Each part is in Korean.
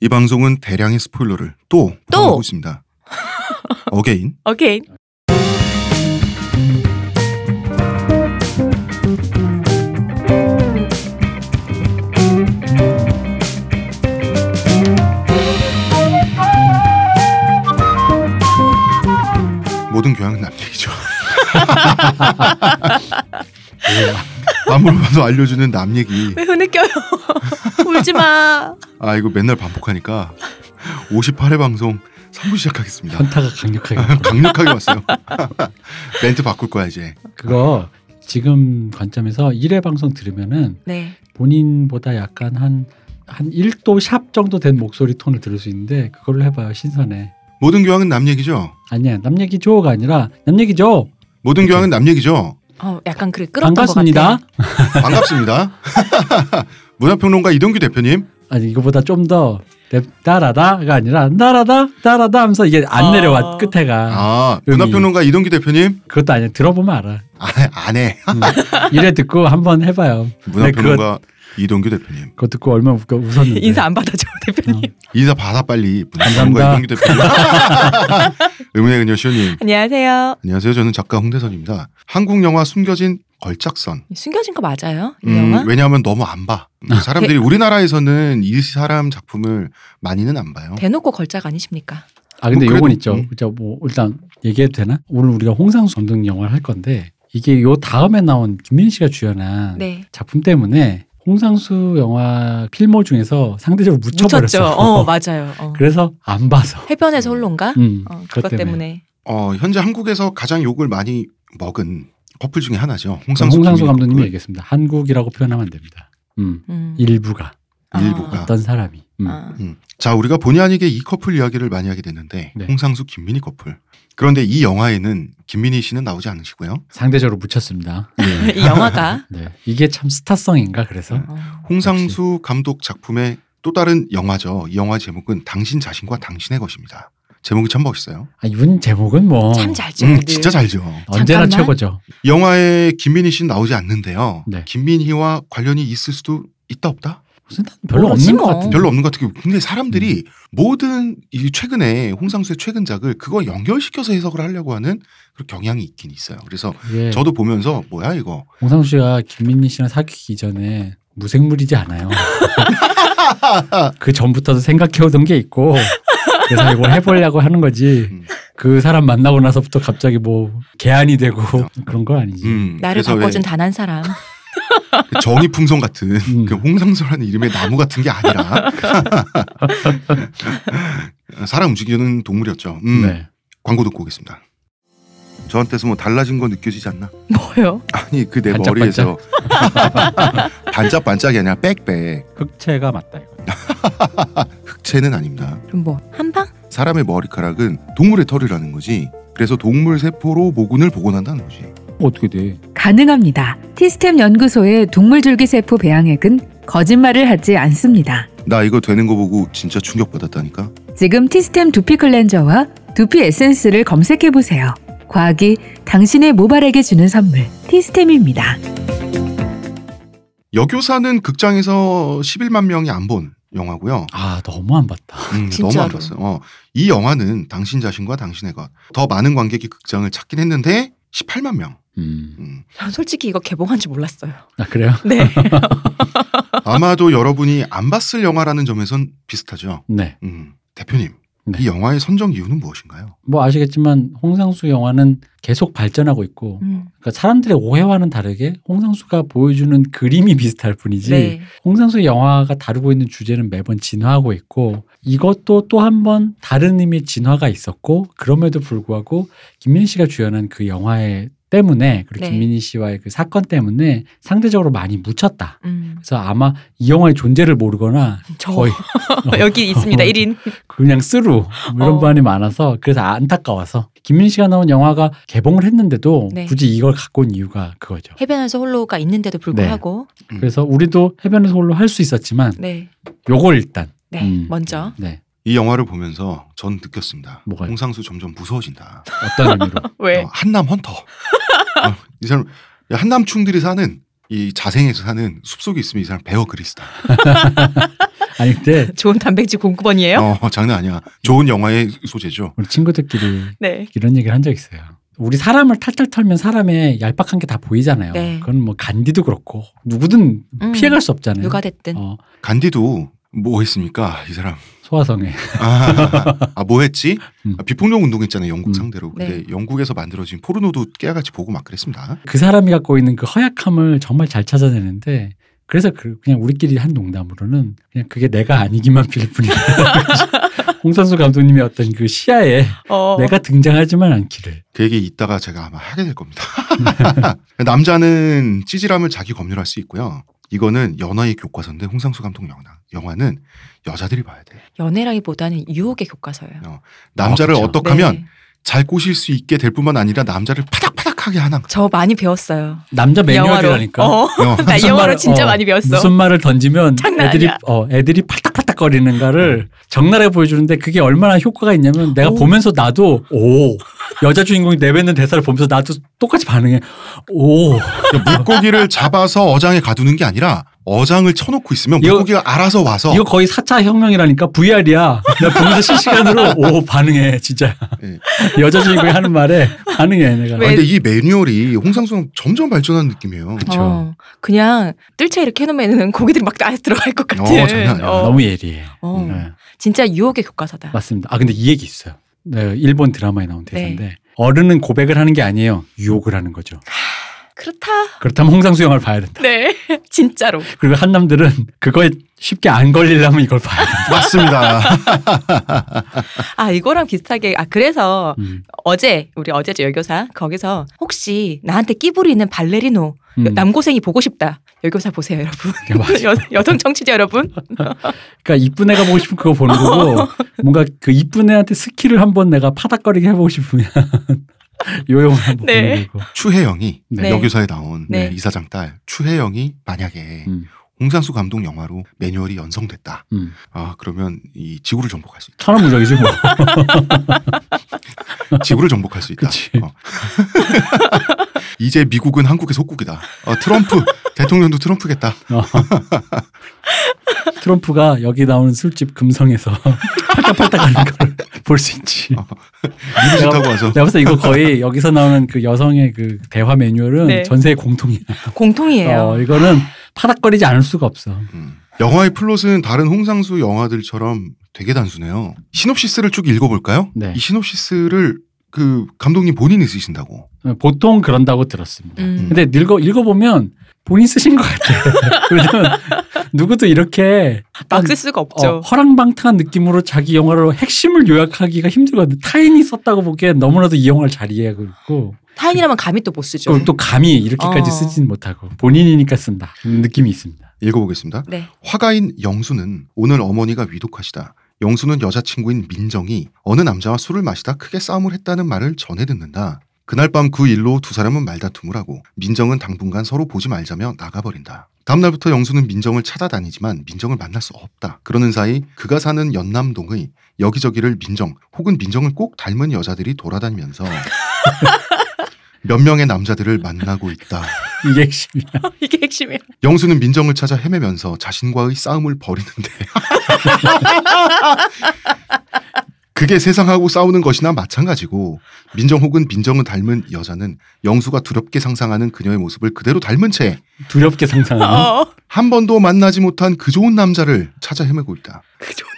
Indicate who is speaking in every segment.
Speaker 1: 이 방송은 대량의 스포일러를 또
Speaker 2: 또!
Speaker 1: 포함하고 있습니다. 어게인
Speaker 2: 오케이.
Speaker 1: 모든 교양은 남 얘기죠. 네, 아무로 봐도 알려주는 남 얘기.
Speaker 2: 왜 흐느껴요? 울지 마.
Speaker 1: 아 이거 맨날 반복하니까 58회 방송 3부 시작하겠습니다.
Speaker 3: 현타가 강력하게
Speaker 1: 강력하게 왔어요. 멘트 바꿀 거야 이제.
Speaker 3: 그거 지금 관점에서 1회 방송 들으면은
Speaker 2: 네.
Speaker 3: 본인보다 약간 한, 한 1도 샵 정도 된 목소리 톤을 들을 수 있는데 그걸로 해봐요 신선해
Speaker 1: 모든 교양은 남 얘기죠.
Speaker 3: 아니야 남 얘기 줘가 아니라 남 얘기 줘
Speaker 1: 모든 교양은 남 얘기죠.
Speaker 2: 어, 약간 그래 끌었던
Speaker 3: 반갑습니다 음,
Speaker 2: 것 같아.
Speaker 1: 반갑습니다. 문화평론가 이동규 대표님.
Speaker 3: 아니 이거보다 좀 더 따라다가 아니라 나라다 따라다 하면서 이게 안
Speaker 2: 아.
Speaker 3: 내려와 끝에가
Speaker 1: 아
Speaker 3: 의미.
Speaker 1: 문화평론가 이동규 대표님.
Speaker 3: 그것도 아니야 들어보면 알아
Speaker 1: 아, 안 해.
Speaker 3: 음. 이래 듣고 한번 해봐요 네,
Speaker 1: 문화평론가 이동규 대표님.
Speaker 3: 그거 듣고 얼마나 웃겨, 웃었는데
Speaker 2: 인사 안 받아줘 대표님.
Speaker 3: 어.
Speaker 1: 인사 받아 빨리. 문화평론가
Speaker 3: 감사합니다.
Speaker 1: 이동규 대표님. 음의 그녀 시호님.
Speaker 2: 안녕하세요.
Speaker 1: 안녕하세요. 저는 작가 홍대선입니다. 한국 영화 숨겨진 걸작선.
Speaker 2: 숨겨진 거 맞아요? 이
Speaker 1: 음,
Speaker 2: 그 영화?
Speaker 1: 왜냐하면 너무 안 봐. 그 사람들이 우리나라에서는 이 사람 작품을 많이는 안 봐요.
Speaker 2: 대놓고 걸작 아니십니까?
Speaker 3: 아 근데
Speaker 1: 뭐 그래도-
Speaker 3: 요건 있죠.
Speaker 1: 음.
Speaker 3: 진짜 뭐 일단 얘기해도 되나? 오늘 우리가 홍상수 감독 영화를 할 건데 이게 요 다음에 나온 김민 씨가
Speaker 1: 아,
Speaker 3: 주연한
Speaker 2: 네.
Speaker 3: 작품 때문에 홍상수 영화 필모 중에서 상대적으로
Speaker 2: 묻혔죠.
Speaker 3: 묻혀버렸어.
Speaker 2: 어, 맞아요. 어.
Speaker 3: 그래서 안 봐서.
Speaker 2: 해변에서 홀론가?
Speaker 3: 음,
Speaker 2: 어, 그것 때문에.
Speaker 1: 어, 현재 한국에서 가장 욕을 많이 먹은 커플 중에 하나죠.
Speaker 3: 그럼
Speaker 1: 홍상수,
Speaker 3: 홍상수
Speaker 1: 김민희
Speaker 3: 감독님이
Speaker 1: 커플.
Speaker 3: 얘기했습니다. 한국이라고 표현하면 안 됩니다. 음,
Speaker 2: 음.
Speaker 3: 일부가
Speaker 2: 아.
Speaker 1: 일부가.
Speaker 3: 어떤 사람이. 음.
Speaker 2: 아.
Speaker 1: 음. 자, 우리가 본의 아니게 이 커플 이야기를 많이 하게 됐는데
Speaker 3: 네.
Speaker 1: 홍상수 김민희 커플. 그런데 이 영화에는 김민희 씨는 나오지 않으시고요.
Speaker 3: 상대적으로 묻혔습니다.
Speaker 2: 이 영화가
Speaker 3: 네. 이게 참 스타성인가 그래서.
Speaker 2: 어,
Speaker 1: 홍상수 감독 작품의 또 다른 영화죠. 이 영화 제목은 당신 자신과 당신의 것입니다. 제목이 참 멋있어요.
Speaker 3: 아, 윤 제목은 뭐
Speaker 2: 참 잘지.
Speaker 1: 음, 진짜 잘 지어.
Speaker 3: 언제나
Speaker 2: 잠깐만.
Speaker 3: 최고죠.
Speaker 1: 영화에 김민희 씨는 나오지 않는데요.
Speaker 3: 네.
Speaker 1: 김민희와 관련이 있을 수도 있다 없다?
Speaker 3: 무슨 난 별로
Speaker 2: 모르지
Speaker 3: 없는
Speaker 2: 뭐.
Speaker 3: 것 같은데.
Speaker 1: 별로 없는 것 같아요. 근데 사람들이 모든 이 최근에 홍상수의 최근작을 그거 연결시켜서 해석을 하려고 하는 그런 경향이 있긴 있어요. 그래서
Speaker 3: 예.
Speaker 1: 저도 보면서 뭐야 이거
Speaker 3: 홍상수 씨가 김민희 씨랑 사귀기 전에 무생물이지 않아요. 그 전부터도 생각해오던 게 있고 그래서 이걸 해보려고 하는 거지.
Speaker 1: 음.
Speaker 3: 그 사람 만나고 나서부터 갑자기 뭐 개안이 되고 그런 건 아니지.
Speaker 1: 음,
Speaker 2: 나를
Speaker 1: 그래서 왜
Speaker 2: 바꿔준 단 한 사람.
Speaker 1: 그 정의 풍선 같은
Speaker 3: 음.
Speaker 1: 그 홍상수라는 이름의 나무 같은 게 아니라 사람 움직이는 동물이었죠. 음,
Speaker 3: 네.
Speaker 1: 광고 듣고 오겠습니다. 저한테서 뭐 달라진 거 느껴지지 않나?
Speaker 2: 뭐요?
Speaker 1: 아니 그 내
Speaker 3: 반짝반짝.
Speaker 1: 머리에서 반짝반짝이 아니라 빽빽
Speaker 3: 흑채가 맞다 이거.
Speaker 1: 흑채는 아닙니다.
Speaker 2: 그럼 뭐 한방? 사람의
Speaker 1: 사람의 머리카락은 동물의 털이라는 거지. 그래서 동물 세포로 모근을 복원한다는 거지.
Speaker 3: 어떻게 돼?
Speaker 4: 가능합니다. 티스템 연구소의 동물줄기세포 배양액은 거짓말을 하지 않습니다.
Speaker 1: 나 이거 되는 거 보고 진짜 충격받았다니까.
Speaker 4: 지금 티스템 두피 클렌저와 두피 에센스를 검색해 보세요. 과학이 당신의 모발에게 주는 선물 티스템입니다.
Speaker 1: 여교사는 극장에서 11만 명이 안 본 영화고요.
Speaker 3: 아 너무 안 봤다.
Speaker 1: 음, 너무
Speaker 2: 진짜로.
Speaker 1: 안 봤어요. 어, 이 영화는 당신 자신과 당신의 것. 더 많은 관객이 극장을 찾긴 했는데 18만 명.
Speaker 3: 음.
Speaker 1: 음.
Speaker 2: 전 솔직히 이거 개봉한 줄 몰랐어요.
Speaker 3: 아 그래요?
Speaker 2: 네.
Speaker 1: 아마도 여러분이 안 봤을 영화라는 점에선 비슷하죠.
Speaker 3: 네.
Speaker 1: 음. 대표님,
Speaker 3: 네.
Speaker 1: 이 영화의 선정 이유는 무엇인가요?
Speaker 3: 뭐 아시겠지만 홍상수 영화는 계속 발전하고 있고
Speaker 2: 음.
Speaker 3: 그러니까 사람들의 오해와는 다르게 홍상수가 보여주는 그림이 비슷할 뿐이지
Speaker 2: 네.
Speaker 3: 홍상수 영화가 다루고 있는 주제는 매번 진화하고 있고 이것도 또 한 번 다른 의미의 진화가 있었고 그럼에도 불구하고 김민희 씨가 주연한 그 영화에 때문에 그리고
Speaker 2: 네.
Speaker 3: 김민희 씨와의 그 사건 때문에 상대적으로 많이 묻혔다.
Speaker 2: 음.
Speaker 3: 그래서 아마 이 영화의 존재를 모르거나
Speaker 2: 저
Speaker 3: 거의 어.
Speaker 2: 여기 있습니다. 1인.
Speaker 3: 그냥 쓰루 뭐 이런
Speaker 2: 어.
Speaker 3: 반이 많아서 그래서 안타까워서 김민희 씨가 나온 영화가 개봉을 했는데도
Speaker 2: 네.
Speaker 3: 굳이 이걸 갖고 온 이유가 그거죠.
Speaker 2: 해변에서 홀로가 있는데도 불구하고
Speaker 3: 그래서 우리도 해변에서 홀로 할 수 있었지만
Speaker 2: 네.
Speaker 3: 요걸 일단
Speaker 2: 네.
Speaker 3: 음.
Speaker 2: 먼저
Speaker 3: 네
Speaker 1: 이 영화를 보면서 전 느꼈습니다.
Speaker 3: 뭐가요? 네.
Speaker 1: 홍상수 점점 무서워진다.
Speaker 3: 어떤 의미로
Speaker 2: 왜?
Speaker 1: 어, 한남 헌터. 어, 이 사람 야, 한남충들이 사는 이 자생에서 사는 숲속에 있으면 이 사람 베어 그리스다.
Speaker 3: 아니 근데
Speaker 2: 좋은 단백질
Speaker 3: 네?
Speaker 2: 공급원이에요?
Speaker 1: 어, 장난 아니야. 좋은 영화의 소재죠.
Speaker 3: 우리 친구들끼리
Speaker 2: 네.
Speaker 3: 이런 얘기를 한 적 있어요. 우리 사람을 탈탈 털면 사람의 얄팍한 게 다 보이잖아요.
Speaker 2: 네.
Speaker 3: 그건 뭐 간디도 그렇고 누구든
Speaker 2: 음,
Speaker 3: 피해갈 수 없잖아요.
Speaker 2: 누가 됐든
Speaker 3: 어,
Speaker 1: 간디도 뭐 했습니까? 이 사람.
Speaker 3: 소화성에
Speaker 1: 아, 아, 뭐 했지?
Speaker 3: 음.
Speaker 1: 아, 비폭력 운동했잖아요. 영국
Speaker 3: 음.
Speaker 1: 상대로. 근데
Speaker 2: 네.
Speaker 1: 영국에서 만들어진 포르노도 깨알같이 보고 막 그랬습니다.
Speaker 3: 그 사람이 갖고 있는 그 허약함을 정말 잘 찾아내는데 그래서 그, 그냥 우리끼리 한 농담으로는 그냥 그게 내가 아니기만 빌 뿐이다. 홍선수 감독님의 어떤 그 시야에
Speaker 2: 어,
Speaker 3: 내가 등장하지만 않기를.
Speaker 1: 그 얘기 이따가 제가 아마 하게 될 겁니다.
Speaker 3: 음.
Speaker 1: 남자는 찌질함을 자기 검열할 수 있고요. 이거는 연화의 교과서인데 홍상수 감독 영화. 영화는 여자들이 봐야 돼.
Speaker 2: 연애라기보다는 유혹의 교과서예요.
Speaker 1: 남자를
Speaker 3: 아, 그쵸.
Speaker 1: 어떻게 하면
Speaker 2: 네.
Speaker 1: 잘 꼬실 수 있게 될 뿐만 아니라 남자를 파닥파닥하게 하는
Speaker 2: 저 많이 배웠어요.
Speaker 3: 남자 매뉴얼이라니까.
Speaker 2: 영화로. 어,
Speaker 1: 어,
Speaker 2: 나
Speaker 3: 무슨
Speaker 2: 영화로
Speaker 3: 말을-
Speaker 2: 진짜
Speaker 3: 어,
Speaker 2: 많이 배웠어.
Speaker 3: 무슨 말을 던지면
Speaker 2: 장난
Speaker 3: 애들이
Speaker 2: 아니야.
Speaker 3: 어 애들이 팔딱팔딱 거리는 가를 적나라해 보여주는데 그게 얼마나 효과가 있냐면 내가
Speaker 2: 오.
Speaker 3: 보면서 나도 오 여자 주인공이 내뱉는 대사를 보면서 나도 똑같이 반응해 오
Speaker 1: 물고기를 잡아서 어장에 가두는 게 아니라 어장을 쳐놓고 있으면
Speaker 3: 이거-
Speaker 1: 물고기가 알아서 와서
Speaker 3: 이거 거의 4차 혁명이라니까 VR이야 내가 보면서 실시간으로 오 반응해 진짜
Speaker 1: 예.
Speaker 3: 여자 주인공이 하는 말에 반응해 내가
Speaker 1: 아,
Speaker 2: 왜-
Speaker 1: 근데 이 매뉴얼이 홍상수는 점점 발전하는 느낌이에요.
Speaker 3: 그쵸.
Speaker 2: 어, 그냥 뜰채 이렇게 해놓으면 고기들이 막 나서 들어갈 것 같은.
Speaker 1: 어, 장난 아니야.
Speaker 2: 어,
Speaker 3: 너무 예리해
Speaker 2: 어,
Speaker 3: 네.
Speaker 2: 진짜 유혹의 교과서다.
Speaker 3: 맞습니다. 아 근데 이 얘기 있어요. 네, 일본 드라마에 나온 대사인데
Speaker 2: 네.
Speaker 3: 어른은 고백을 하는 게 아니에요. 유혹을 하는 거죠.
Speaker 2: 그렇다.
Speaker 3: 그렇다면 홍상수 영화를 봐야 된다.
Speaker 2: 네, 진짜로.
Speaker 3: 그리고 한남들은 그거에 쉽게 안 걸리려면 이걸 봐야 된다.
Speaker 1: 맞습니다.
Speaker 2: 아 이거랑 비슷하게 아 그래서
Speaker 3: 음,
Speaker 2: 어제 우리 어제 여교사 거기서 혹시 나한테 끼부리는 발레리노
Speaker 3: 음.
Speaker 2: 남고생이 보고 싶다. 여교사 보세요, 여러분.
Speaker 3: 네, 맞아.
Speaker 2: 여, 여성 청취자 여러분.
Speaker 3: 그러니까 이쁜 애가 보고 싶으면 그거 보는 거고 뭔가 그 이쁜 애한테 스킬을 한번 내가 파닥거리게 해보고 싶으면 요 영화 한번
Speaker 2: 네.
Speaker 3: 보는 거고.
Speaker 1: 추혜영이
Speaker 3: 네.
Speaker 1: 여교사에 나온
Speaker 2: 네.
Speaker 1: 이사장 딸 추혜영이 만약에
Speaker 3: 음,
Speaker 1: 홍상수 감독 영화로 매뉴얼이 연성됐다.
Speaker 3: 음.
Speaker 1: 아 그러면 이 지구를 정복할 수 있다.
Speaker 3: 천하무적이지 뭐.
Speaker 1: 지구를 정복할 수 있다.
Speaker 3: 그치.
Speaker 1: 어. 이제 미국은 한국의 속국이다. 어, 트럼프 대통령도 트럼프겠다.
Speaker 3: 어. 트럼프가 여기 나오는 술집 금성에서 팔딱팔딱 하는 걸 볼 수 있지.
Speaker 1: 어. 미국 좋다고 와서
Speaker 3: 내가 봤을 때 이거 거의 여기서 나오는 그 여성의 그 대화 매뉴얼은
Speaker 2: 네.
Speaker 3: 전세의 공통이야.
Speaker 2: 공통이에요.
Speaker 3: 어, 이거는 파닥거리지 않을 수가 없어.
Speaker 1: 음. 영화의 플롯은 다른 홍상수 영화들처럼 되게 단순해요. 시놉시스를 쭉 읽어볼까요?
Speaker 3: 네.
Speaker 1: 이 시놉시스를 그 감독님 본인이 쓰신다고.
Speaker 3: 보통 그런다고 들었습니다.
Speaker 2: 음.
Speaker 3: 근데 읽어, 읽어보면 본인 쓰신 것 같아요. 왜냐면 누구도 이렇게
Speaker 2: 막 쓸 수가 없죠.
Speaker 3: 어, 허랑방탕한 느낌으로 자기 영화로 핵심을 요약하기가 힘들거든요. 타인이 썼다고 보기엔 너무나도 이 영화를 잘 이해하고 있고
Speaker 2: 타인이라면 감히 또 못 쓰죠.
Speaker 3: 그걸 또 감히 이렇게까지
Speaker 2: 어.
Speaker 3: 쓰진 못하고 본인이니까 쓴다. 이런 느낌이 있습니다.
Speaker 1: 읽어보겠습니다.
Speaker 2: 네.
Speaker 1: 화가인 영수는 오늘 어머니가 위독하시다. 영수는 여자친구인 민정이 어느 남자와 술을 마시다 크게 싸움을 했다는 말을 전해 듣는다. 그날 밤 그 일로 두 사람은 말다툼을 하고 민정은 당분간 서로 보지 말자며 나가버린다. 다음날부터 영수는 민정을 찾아다니지만 민정을 만날 수 없다. 그러는 사이 그가 사는 연남동의 여기저기를 민정 혹은 민정을 꼭 닮은 여자들이 돌아다니면서 몇 명의 남자들을 만나고 있다.
Speaker 3: 이게 핵심이야.
Speaker 2: 이게 핵심이에요.
Speaker 1: 영수는 민정을 찾아 헤매면서 자신과의 싸움을 벌이는데 그게 세상하고 싸우는 것이나 마찬가지고 민정 혹은 민정을 닮은 여자는 영수가 두렵게 상상하는 그녀의 모습을 그대로 닮은 채 한
Speaker 3: 두렵게 상상하는.
Speaker 2: 어.
Speaker 1: 번도 만나지 못한 그 좋은 남자를 찾아 헤매고 있다.
Speaker 2: 그 좋은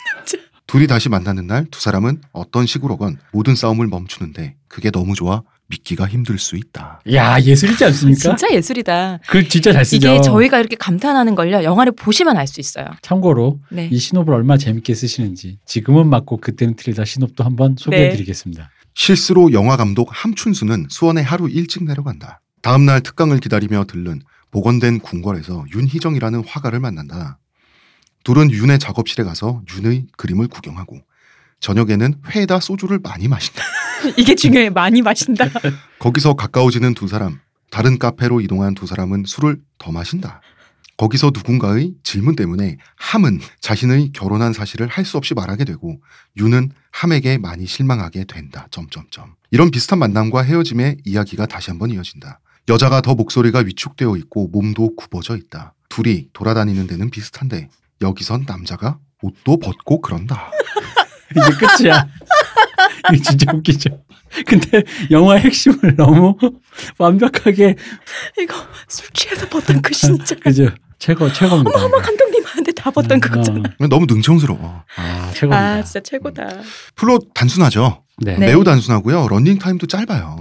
Speaker 1: 둘이 다시 만나는 날 두 사람은 어떤 식으로건 모든 싸움을 멈추는데 그게 너무 좋아 믿기가 힘들 수 있다.
Speaker 3: 야 예술이지 않습니까?
Speaker 2: 진짜 예술이다.
Speaker 3: 글 진짜 그러니까? 잘 쓰죠.
Speaker 2: 이게 저희가 이렇게 감탄하는 걸요. 영화를 보시면 알 수 있어요.
Speaker 3: 참고로
Speaker 2: 네.
Speaker 3: 이 신호를 얼마나 재밌게 쓰시는지 지금은 맞고 그때는 틀리다 신호도 한번
Speaker 2: 네.
Speaker 3: 소개해드리겠습니다.
Speaker 1: 실수로 영화 감독 함춘수는 수원에 하루 일찍 내려간다. 다음날 특강을 기다리며 들른 복원된 궁궐에서 윤희정이라는 화가를 만난다. 둘은 윤의 작업실에 가서 윤의 그림을 구경하고 저녁에는 회에다 소주를 많이 마신다.
Speaker 2: 이게 중요해. 많이 마신다.
Speaker 1: 거기서 가까워지는 두 사람, 다른 카페로 이동한 두 사람은 술을 더 마신다. 거기서 누군가의 질문 때문에 함은 자신의 결혼한 사실을 할 수 없이 말하게 되고 윤은 함에게 많이 실망하게 된다. 점점점. 이런 비슷한 만남과 헤어짐의 이야기가 다시 한번 이어진다. 여자가 더 목소리가 위축되어 있고 몸도 굽어져 있다. 둘이 돌아다니는 데는 비슷한데 여기선 남자가 옷도 벗고 그런다.
Speaker 3: 이게 끝이야. 이게 진짜 웃기죠. 근데 영화 의 핵심을 너무 완벽하게
Speaker 2: 이거 술 취해서 봤던 그 진짜.
Speaker 3: 그죠 최고 최고입니다. 어,
Speaker 2: 어머 감독님한테 다 봤던 그거잖아.
Speaker 1: 너무 능청스러워.
Speaker 3: 음. 아 최고입니다. 음.
Speaker 2: 아 진짜 최고다.
Speaker 1: 플롯 단순하죠.
Speaker 3: 네.
Speaker 4: 네.
Speaker 3: 네.
Speaker 1: 매우 단순하고요. 런닝 타임도 짧아요.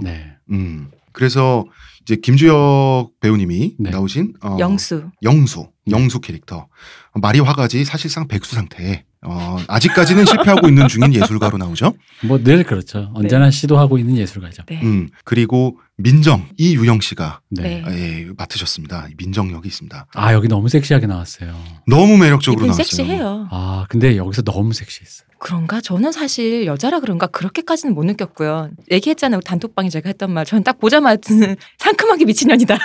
Speaker 1: 음. 그래서 이제 김주혁 배우님이
Speaker 3: 네.
Speaker 1: 나오신 어,
Speaker 2: 영수.
Speaker 1: 영수, 영수 캐릭터. 말이 화가지 사실상 백수 상태에 어, 아직까지는 실패하고 있는 중인 예술가로 나오죠.
Speaker 3: 뭐 늘 그렇죠. 언제나 시도하고 있는 예술가죠.
Speaker 2: 네.
Speaker 1: 음, 그리고 민정 이유영 씨가
Speaker 3: 네.
Speaker 2: 네.
Speaker 1: 예, 맡으셨습니다. 민정 역이 있습니다.
Speaker 3: 아 여기 너무 섹시하게 나왔어요.
Speaker 1: 너무 매력적으로
Speaker 3: 음.
Speaker 2: 이분
Speaker 1: 나왔어요.
Speaker 2: 섹시해요.
Speaker 3: 아 근데 여기서 너무 섹시했어.
Speaker 2: 그런가? 저는 사실 여자라 그런가 그렇게까지는 못 느꼈고요. 얘기했잖아요. 단톡방에 제가 했던 말. 저는 딱 보자마자 상큼하게 미친년이다.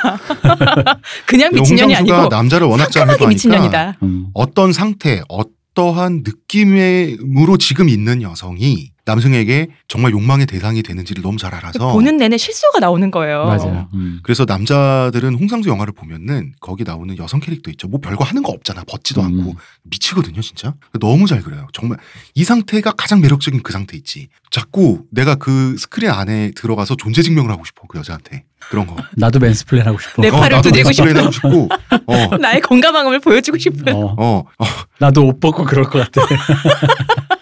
Speaker 2: 그냥 미친년이
Speaker 1: 홍상수가
Speaker 2: 아니고
Speaker 1: 남자를 워낙 잘
Speaker 2: 상큼하게
Speaker 1: 해보니까
Speaker 2: 미친년이다.
Speaker 3: 음.
Speaker 1: 어떤 상태, 어떠한 느낌으로 지금 있는 여성이 남성에게 정말 욕망의 대상이 되는지를 너무 잘 알아서
Speaker 2: 보는 내내 실수가 나오는 거예요.
Speaker 3: 맞아요. 음.
Speaker 1: 그래서 남자들은 홍상수 영화를 보면은 거기 나오는 여성 캐릭터 있죠. 뭐 별거 하는 거 없잖아. 벗지도
Speaker 3: 음.
Speaker 1: 않고 미치거든요, 진짜. 너무 잘 그려요. 정말 이 상태가 가장 매력적인 그 상태 있지. 자꾸 내가 그 스크린 안에 들어가서 존재 증명을 하고 싶어 그 여자한테 그런 거.
Speaker 3: 나도 맨스플레인 하고 싶어.
Speaker 2: 내 네, 팔을
Speaker 1: 나도
Speaker 2: 두드리고
Speaker 1: 스크린 하고 싶고. 어.
Speaker 2: 나의 건강함을 보여주고 싶은.
Speaker 3: 어,
Speaker 1: 어, 어,
Speaker 3: 나도 옷 벗고 그럴 것 같아.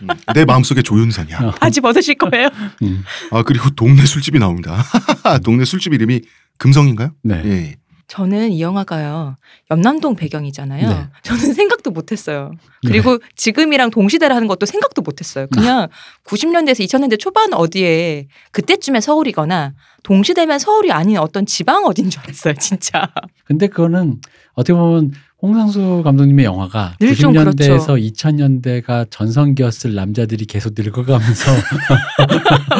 Speaker 1: 음. 내 마음속에 조윤선이야.
Speaker 3: 어.
Speaker 2: 바지 벗으실 거예요.
Speaker 3: 음.
Speaker 1: 아, 그리고 동네 술집이 나옵니다. 동네 술집 이름이 금성인가요?
Speaker 3: 네.
Speaker 1: 예.
Speaker 2: 저는 이 영화가요. 연남동 배경이잖아요.
Speaker 3: 네.
Speaker 2: 저는 생각도 못했어요. 그리고 지금이랑 동시대라는 것도 생각도 못했어요. 그냥 90년대에서 2000년대 초반 어디에 그때쯤에 서울이거나 동시대면 서울이 아닌 어떤 지방 어딘 줄 알았어요. 진짜.
Speaker 3: 근데 그거는 어떻게 보면 홍상수 감독님의 영화가
Speaker 2: 늘좀
Speaker 3: 90년대에서
Speaker 2: 그렇죠.
Speaker 3: 2000년대가 전성기였을 남자들이 계속 늙어가면서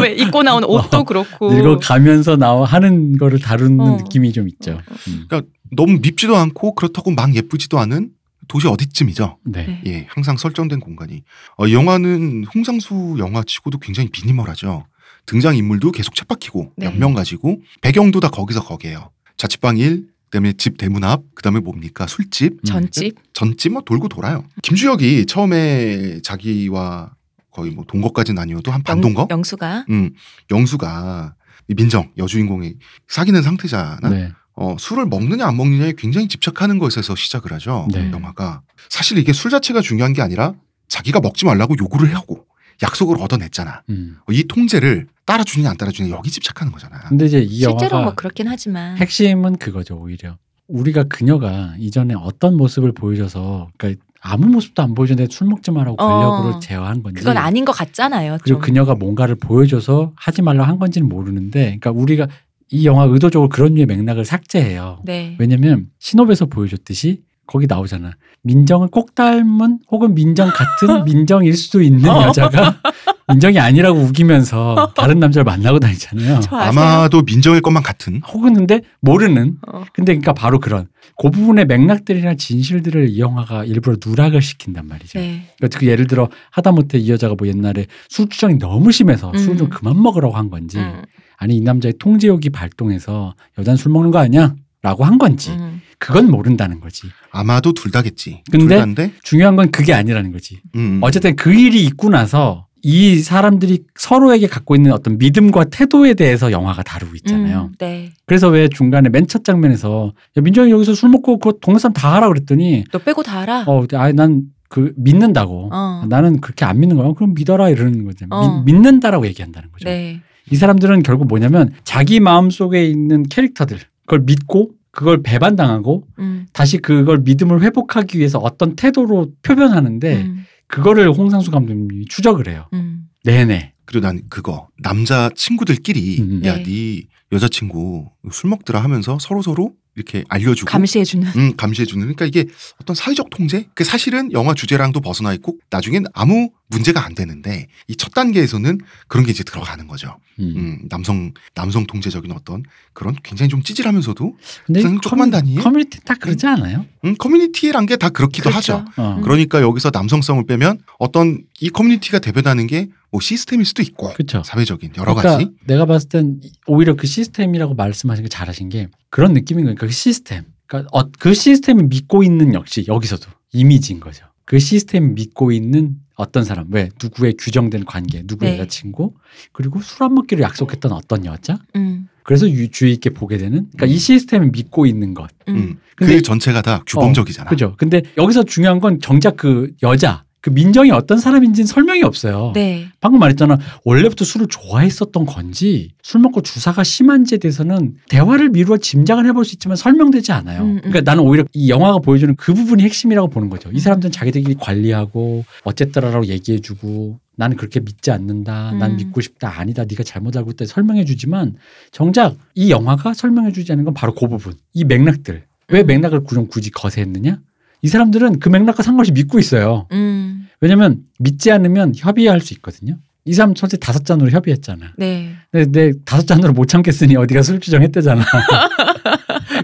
Speaker 2: 왜 입고 나온
Speaker 3: 어,
Speaker 2: 옷도 그렇고.
Speaker 3: 늙어가면서 나와 하는 거를 다루는
Speaker 2: 어.
Speaker 3: 느낌이 좀 있죠. 음.
Speaker 1: 너무 밉지도 않고 그렇다고 막 예쁘지도 않은 도시 어디쯤이죠.
Speaker 3: 네.
Speaker 2: 네.
Speaker 1: 예, 항상 설정된 공간이. 어, 이 영화는 홍상수 영화치고도 굉장히 미니멀하죠. 등장 인물도 계속 쳇바퀴고
Speaker 2: 네.
Speaker 1: 몇 명 가지고 배경도 다 거기서 거기예요. 자취방 일 그다음에 집 대문 앞, 그다음에 뭡니까 술집,
Speaker 2: 전집.
Speaker 1: 전집 막 돌고 돌아요. 김주혁이 처음에 자기와 거의 뭐 동거까지는 아니어도 한 반 동거,
Speaker 2: 영, 수가
Speaker 1: 음, 영수가 이 민정 여주인공이 사귀는 상태잖아.
Speaker 3: 네.
Speaker 1: 어, 술을 먹느냐 안 먹느냐에 굉장히 집착하는 것에서 시작을 하죠.
Speaker 3: 네.
Speaker 1: 영화가 사실 이게 술 자체가 중요한 게 아니라 자기가 먹지 말라고 요구를 하고 약속을 얻어냈잖아.
Speaker 3: 음.
Speaker 1: 이 통제를 따라주느냐 안 따라주느냐 여기 집착하는 거잖아.
Speaker 3: 근데 이제 이
Speaker 2: 실제로
Speaker 3: 영화가
Speaker 2: 뭐 그렇긴 하지만
Speaker 3: 핵심은 그거죠 오히려 우리가 그녀가 이전에 어떤 모습을 보여줘서 그러니까 아무 모습도 안 보여줬는데 술 먹지 말라고
Speaker 2: 어.
Speaker 3: 권력으로 제어한 건지
Speaker 2: 그건 아닌 것 같잖아요.
Speaker 3: 그리고
Speaker 2: 좀.
Speaker 3: 그녀가 뭔가를 보여줘서 하지 말라 한 건지는 모르는데 그러니까 우리가 이 영화 의도적으로 그런 류의 맥락을 삭제해요.
Speaker 2: 네.
Speaker 3: 왜냐면 신업에서 보여줬듯이 거기 나오잖아. 민정을 꼭 닮은 혹은 민정 같은 민정일 수도 있는
Speaker 2: 어.
Speaker 3: 여자가 민정이 아니라고 우기면서 다른 남자를 만나고 다니잖아요.
Speaker 2: 저 아세요?
Speaker 1: 아마도 민정일 것만 같은.
Speaker 3: 혹은 근데 모르는
Speaker 2: 어.
Speaker 3: 근데 그러니까 바로 그런 그 부분의 맥락들이나 진실들을 이 영화가 일부러 누락을 시킨단 말이죠.
Speaker 2: 네.
Speaker 3: 그러니까 그 예를 들어 하다못해 이 여자가 뭐 옛날에 술 주정이 너무 심해서 술 좀
Speaker 2: 음.
Speaker 3: 그만 먹으라고 한 건지
Speaker 2: 음,
Speaker 3: 아니 이 남자의 통제욕이 발동해서 여자는 술 먹는 거 아니야? 라고 한 건지
Speaker 2: 음.
Speaker 3: 그건 모른다는 거지.
Speaker 1: 아마도 둘 다겠지.
Speaker 3: 근데-
Speaker 1: 둘 다인데.
Speaker 3: 중요한 건 그게 아니라는 거지.
Speaker 1: 음, 음.
Speaker 3: 어쨌든 그 일이 있고 나서 이 사람들이 서로에게 갖고 있는 어떤 믿음과 태도에 대해서 영화가 다루고 있잖아요.
Speaker 2: 음, 네.
Speaker 3: 그래서 왜 중간에 맨 첫 장면에서 야, 민정이 여기서 술 먹고 그 동네 사람 다 하라 그랬더니
Speaker 2: 너 빼고 다 알아.
Speaker 3: 어, 아예 난그 믿는다고.
Speaker 2: 어.
Speaker 3: 나는 그렇게 안 믿는 거야. 어, 그럼 믿어라 이러는 거죠.
Speaker 2: 어.
Speaker 3: 믿, 는다라고 얘기한다는 거죠.
Speaker 2: 네.
Speaker 3: 이 사람들은 결국 뭐냐면 자기 마음 속에 있는 캐릭터들 그걸 믿고 그걸 배반당하고
Speaker 2: 음.
Speaker 3: 다시 그걸 믿음을 회복하기 위해서 어떤 태도로 표현하는데
Speaker 2: 음.
Speaker 3: 그거를 홍상수 감독님이 추적을 해요.
Speaker 2: 음.
Speaker 3: 네네.
Speaker 1: 그리고 난 그거 남자 친구들끼리
Speaker 3: 음, 음.
Speaker 1: 야,
Speaker 2: 네.
Speaker 1: 네 여자친구 술 먹더라 하면서 서로 서로 이렇게 알려주고
Speaker 2: 감시해주는.
Speaker 1: 음, 감시해주는. 그러니까 이게 어떤 사회적 통제? 그 사실은 영화 주제랑도 벗어나 있고 나중엔 아무 문제가 안 되는데 이 첫 단계에서는 그런 게 이제 들어가는 거죠.
Speaker 3: 음.
Speaker 1: 음, 남성 남성 통제적인 어떤 그런 굉장히 좀 찌질하면서도
Speaker 3: 근데
Speaker 1: 저는 조그만 단위에?
Speaker 3: 커뮤니티 다 그러지 않아요?
Speaker 1: 음, 커뮤니티란 게 다 그렇기도
Speaker 2: 그렇죠.
Speaker 1: 하죠.
Speaker 3: 어.
Speaker 2: 음.
Speaker 1: 그러니까 여기서 남성성을 빼면 어떤 이 커뮤니티가 대변하는 게 뭐 시스템일 수도 있고
Speaker 3: 그렇죠.
Speaker 1: 사회적인 여러
Speaker 3: 그러니까
Speaker 1: 가지.
Speaker 3: 내가 봤을 땐 오히려 그 시스템이라고 말씀하신 게 잘하신 게 그런 느낌인 거니까 그 시스템. 그러니까 어, 그 시스템을 믿고 있는 역시 여기서도 이미지인 거죠. 그 시스템 믿고 있는 어떤 사람 왜 누구의 규정된 관계 누구 의
Speaker 2: 네.
Speaker 3: 여자친구 그리고 술 안 먹기로 약속했던 어떤 여자
Speaker 2: 음.
Speaker 3: 그래서 유- 주의 있게 보게 되는 그러니까 이 시스템을 믿고 있는 것
Speaker 2: 음.
Speaker 1: 음.
Speaker 3: 근데- 어,
Speaker 1: 그 전체가 다 규범적이잖아.
Speaker 3: 그죠 근데 여기서 중요한 건 정작 그 여자 그 민정이 어떤 사람인지는 설명이 없어요
Speaker 2: 네.
Speaker 3: 방금 말했잖아 원래부터 술을 좋아했었던 건지 술 먹고 주사가 심한지에 대해서는 대화를 미루어 짐작은 해볼 수 있지만 설명되지 않아요
Speaker 2: 음, 음.
Speaker 3: 그러니까 나는 오히려 이 영화가 보여주는 그 부분이 핵심이라고 보는 거죠 이 사람들은 자기들끼리 관리하고 어쨌더라라고 얘기해주고 나는 그렇게 믿지 않는다 난
Speaker 2: 음.
Speaker 3: 믿고 싶다 아니다 네가 잘못 알고 있다 설명해주지만 정작 이 영화가 설명해주지 않은 건 바로 그 부분 이 맥락들 왜
Speaker 2: 음.
Speaker 3: 맥락을 그럼 굳이 거세했느냐 이 사람들은 그 맥락과 상관없이 믿고 있어요
Speaker 2: 음.
Speaker 3: 왜냐면 믿지 않으면 협의할 수 있거든요. 이 사람 솔직히 다섯 잔으로 협의했잖아.
Speaker 2: 네.
Speaker 3: 근데 내 다섯 잔으로 못 참겠으니 어디가 술 주정했대잖아.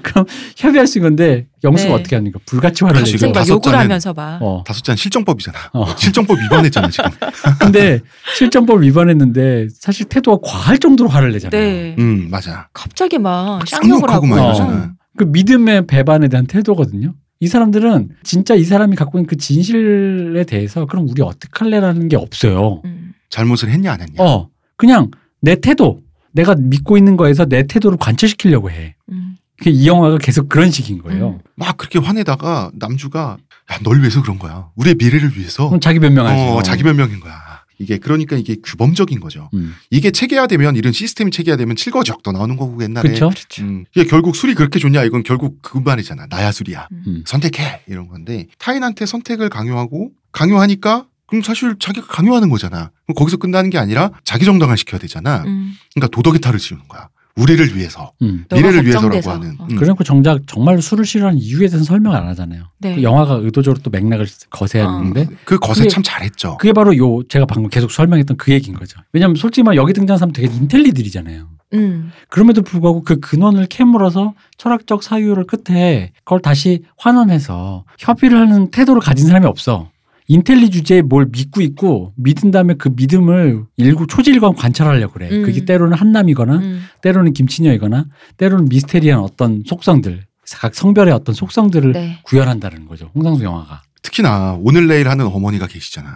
Speaker 3: 그럼 협의할 수 있는 건데 영수가
Speaker 2: 네.
Speaker 3: 어떻게 합니까? 불같이 화를
Speaker 1: 그치,
Speaker 2: 갑자기
Speaker 3: 내죠.
Speaker 1: 그러니까
Speaker 2: 막
Speaker 1: 다섯
Speaker 2: 욕을
Speaker 1: 잔은-
Speaker 2: 하면서 막.
Speaker 3: 어.
Speaker 1: 다섯 잔 실정법이잖아.
Speaker 3: 어.
Speaker 1: 실정법 위반했잖아 지금.
Speaker 3: 근데 실전법 위반했는데 사실 태도가 과할 정도로 화를 내잖아요.
Speaker 2: 네.
Speaker 1: 음 맞아.
Speaker 2: 갑자기 막 쌍욕을
Speaker 1: 쌍욕하고
Speaker 2: 하고.
Speaker 1: 막
Speaker 3: 어.
Speaker 1: 이러잖아.
Speaker 3: 그 믿음의 배반에 대한 태도거든요. 이 사람들은 진짜 이 사람이 갖고 있는 그 진실에 대해서 그럼 우리 어떡할래라는 게 없어요.
Speaker 2: 음.
Speaker 1: 잘못을 했냐 안 했냐.
Speaker 3: 어, 그냥 내 태도, 내가 믿고 있는 거에서 내 태도를 관철시키려고 해.
Speaker 2: 음.
Speaker 3: 그게 그러니까 이 영화가 계속 그런 식인 거예요.
Speaker 1: 막 그렇게 화내다가 남주가 야, 널 위해서 그런 거야. 우리의 미래를 위해서.
Speaker 3: 그럼 자기 변명하지.
Speaker 1: 어, 자기 변명인 거야. 이게 그러니까 이게 규범적인 거죠.
Speaker 3: 음.
Speaker 1: 이게 체계화되면 이런 시스템이 체계화되면 칠거적도 나오는 거고 옛날에.
Speaker 3: 그렇죠.
Speaker 1: 음, 이게 결국 술이 그렇게 좋냐 이건 결국 그 말이잖아. 나야 술이야.
Speaker 3: 음.
Speaker 1: 선택해 이런 건데 타인한테 선택을 강요하고 강요하니까 그럼 사실 자기가 강요하는 거잖아. 그럼 거기서 끝나는 게 아니라 자기 정당화 시켜야 되잖아.
Speaker 2: 음. 그러니까
Speaker 1: 그러니까 도덕의 탈을 지우는 거야. 우리를 위해서
Speaker 3: 음.
Speaker 2: 너가
Speaker 1: 미래를 위해서라고
Speaker 2: 걱정돼서.
Speaker 1: 하는.
Speaker 2: 어.
Speaker 1: 음.
Speaker 3: 그래놓고 정작 정말로 술을 싫어하는 이유에 대해서 설명 안 하잖아요.
Speaker 2: 네.
Speaker 3: 그 영화가 의도적으로 또 맥락을
Speaker 1: 음,
Speaker 3: 거세하는데
Speaker 1: 그 거세
Speaker 3: 그게-
Speaker 1: 참 잘했죠.
Speaker 3: 그게 바로 요 제가 방금 계속 설명했던 그 얘기인 거죠. 왜냐하면 솔직히 말 여기 등장한 사람 되게 인텔리들이잖아요.
Speaker 2: 음.
Speaker 3: 그럼에도 불구하고 그 근원을 캐물어서 철학적 사유를 끝에 그걸 다시 환원해서 협의를 하는 태도를 가진 사람이 없어. 인텔리 주제에 뭘 믿고 있고 믿은 다음에 그 믿음을 일구 초질관 관찰하려고 그래.
Speaker 2: 음.
Speaker 3: 그게 때로는 한남이거나
Speaker 2: 음.
Speaker 3: 때로는 김치녀이거나 때로는 미스테리한 어떤 속성들, 각 성별의 어떤 속성들을
Speaker 2: 네.
Speaker 3: 구현한다는 거죠. 홍상수 영화가.
Speaker 1: 특히나 오늘 내일 하는 어머니가 계시잖아.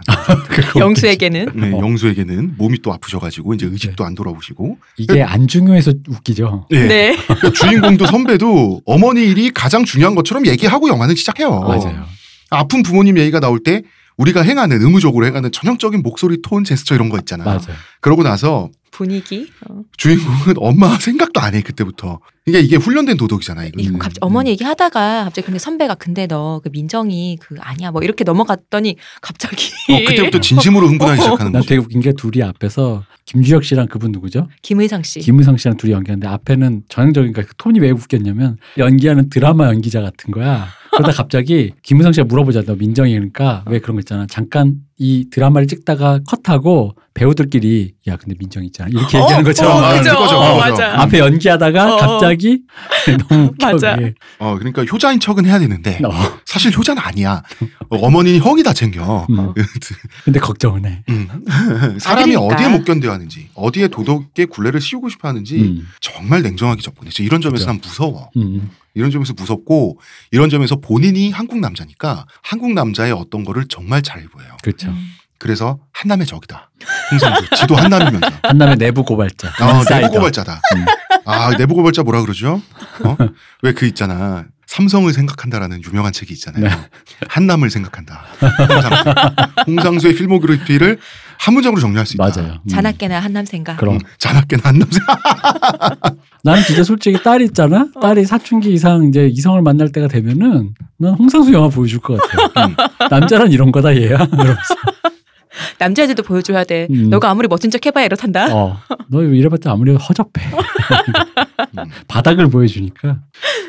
Speaker 2: 영수에게는
Speaker 1: 네,
Speaker 3: 어. 네.
Speaker 1: 영수에게는 몸이 또 아프셔가지고 이제 의식도 안 돌아오시고
Speaker 2: 그-
Speaker 3: 이게 안 중요해서 웃기죠.
Speaker 1: 예.
Speaker 2: 네.
Speaker 1: 그러니까 주인공도 선배도 어머니 일이 가장 중요한 것처럼 얘기하고 영화는 시작해요.
Speaker 3: 맞아요.
Speaker 1: 아픈 부모님 얘기가 나올 때 우리가 행하는 의무적으로 행하는 전형적인 목소리 톤 제스처 이런 거 있잖아.
Speaker 3: 맞아요.
Speaker 1: 그러고 나서
Speaker 2: 분위기. 어.
Speaker 1: 주인공은 엄마 생각도 안 해 그때부터. 그러니까 이게 이게 훈련된 도덕이잖아 이거.
Speaker 2: 이거
Speaker 3: 음,
Speaker 2: 갑자기
Speaker 3: 음.
Speaker 2: 어머니 얘기하다가 갑자기 근데 선배가 근데 너 그 민정이 그 아니야 뭐 이렇게 넘어갔더니 갑자기
Speaker 1: 어, 그때부터 진심으로 흥분하기 시작하는
Speaker 3: 난
Speaker 1: 거지.
Speaker 3: 되게 웃긴 게 둘이 앞에서 김주혁 씨랑 그분 누구죠?
Speaker 2: 김의상 씨.
Speaker 3: 김은성 씨랑 둘이 연기하는데 앞에는 전형적인 그러니까 그 톤이 왜 웃겼냐면 연기하는 드라마 연기자 같은 거야. 그러다 갑자기 김은성 씨가 물어보자. 너 민정이 그러니까 왜 그런 거 있잖아. 잠깐 이 드라마를 찍다가 컷하고 배우들끼리 야 근데 민정 있잖아 이렇게 얘기하는
Speaker 1: 어,
Speaker 3: 것처럼
Speaker 1: 어,
Speaker 3: 막
Speaker 1: 그죠.
Speaker 3: 그거죠.
Speaker 1: 어,
Speaker 2: 맞아.
Speaker 3: 앞에 연기하다가
Speaker 2: 어.
Speaker 3: 갑자기 너무 웃겨. 예.
Speaker 2: 맞아.
Speaker 3: 그게.
Speaker 1: 어 그러니까 효자인 척은 해야 되는데
Speaker 3: 어.
Speaker 1: 사실 효자는 아니야. 어, 어머니는 형이 다 챙겨.
Speaker 3: 음. 근데 걱정은 해.
Speaker 1: 음. 사람이
Speaker 2: 아들이니까.
Speaker 1: 어디에 못 견뎌하는지 어디에 도덕의 굴레를 씌우고 싶어하는지
Speaker 3: 음.
Speaker 1: 정말 냉정하게 접근했죠. 이런 점에서
Speaker 3: 그죠.
Speaker 1: 난 무서워.
Speaker 3: 음.
Speaker 1: 이런 점에서 무섭고 이런 점에서 본인이 한국 남자니까 한국 남자의 어떤 거를 정말 잘 보여요.
Speaker 3: 그렇죠.
Speaker 1: 그래서 한남의 적이다. 홍상수 지도 한남이면서
Speaker 3: 한남의 내부 고발자.
Speaker 1: 아,
Speaker 3: 사이더.
Speaker 1: 내부 고발자다.
Speaker 3: 음.
Speaker 1: 아 내부 고발자 뭐라 그러죠? 어? 왜 그 있잖아. 삼성을 생각한다라는 유명한 책이 있잖아요.
Speaker 3: 네.
Speaker 1: 한남을 생각한다. 홍상수. 홍상수의 필모그래피를 한 문장으로 정리할 수 있다.
Speaker 3: 맞아요. 음.
Speaker 2: 자나깨나 한남 생각.
Speaker 3: 그럼.
Speaker 1: 음, 자나깨나 한남 생각.
Speaker 3: 나는 진짜 솔직히 딸 있잖아. 딸이 사춘기 이상 이제 이성을 만날 때가 되면은 난 홍상수 영화 보여줄 것 같아. 남자란 이런 거다 얘야. 이러면서.
Speaker 2: 남자애들도 보여줘야 돼.
Speaker 3: 음.
Speaker 2: 너가 아무리 멋진 척 해봐야 이렇단다.
Speaker 3: 어, 너 이래봤자 아무리 허접해.
Speaker 1: 음.
Speaker 3: 바닥을 보여주니까.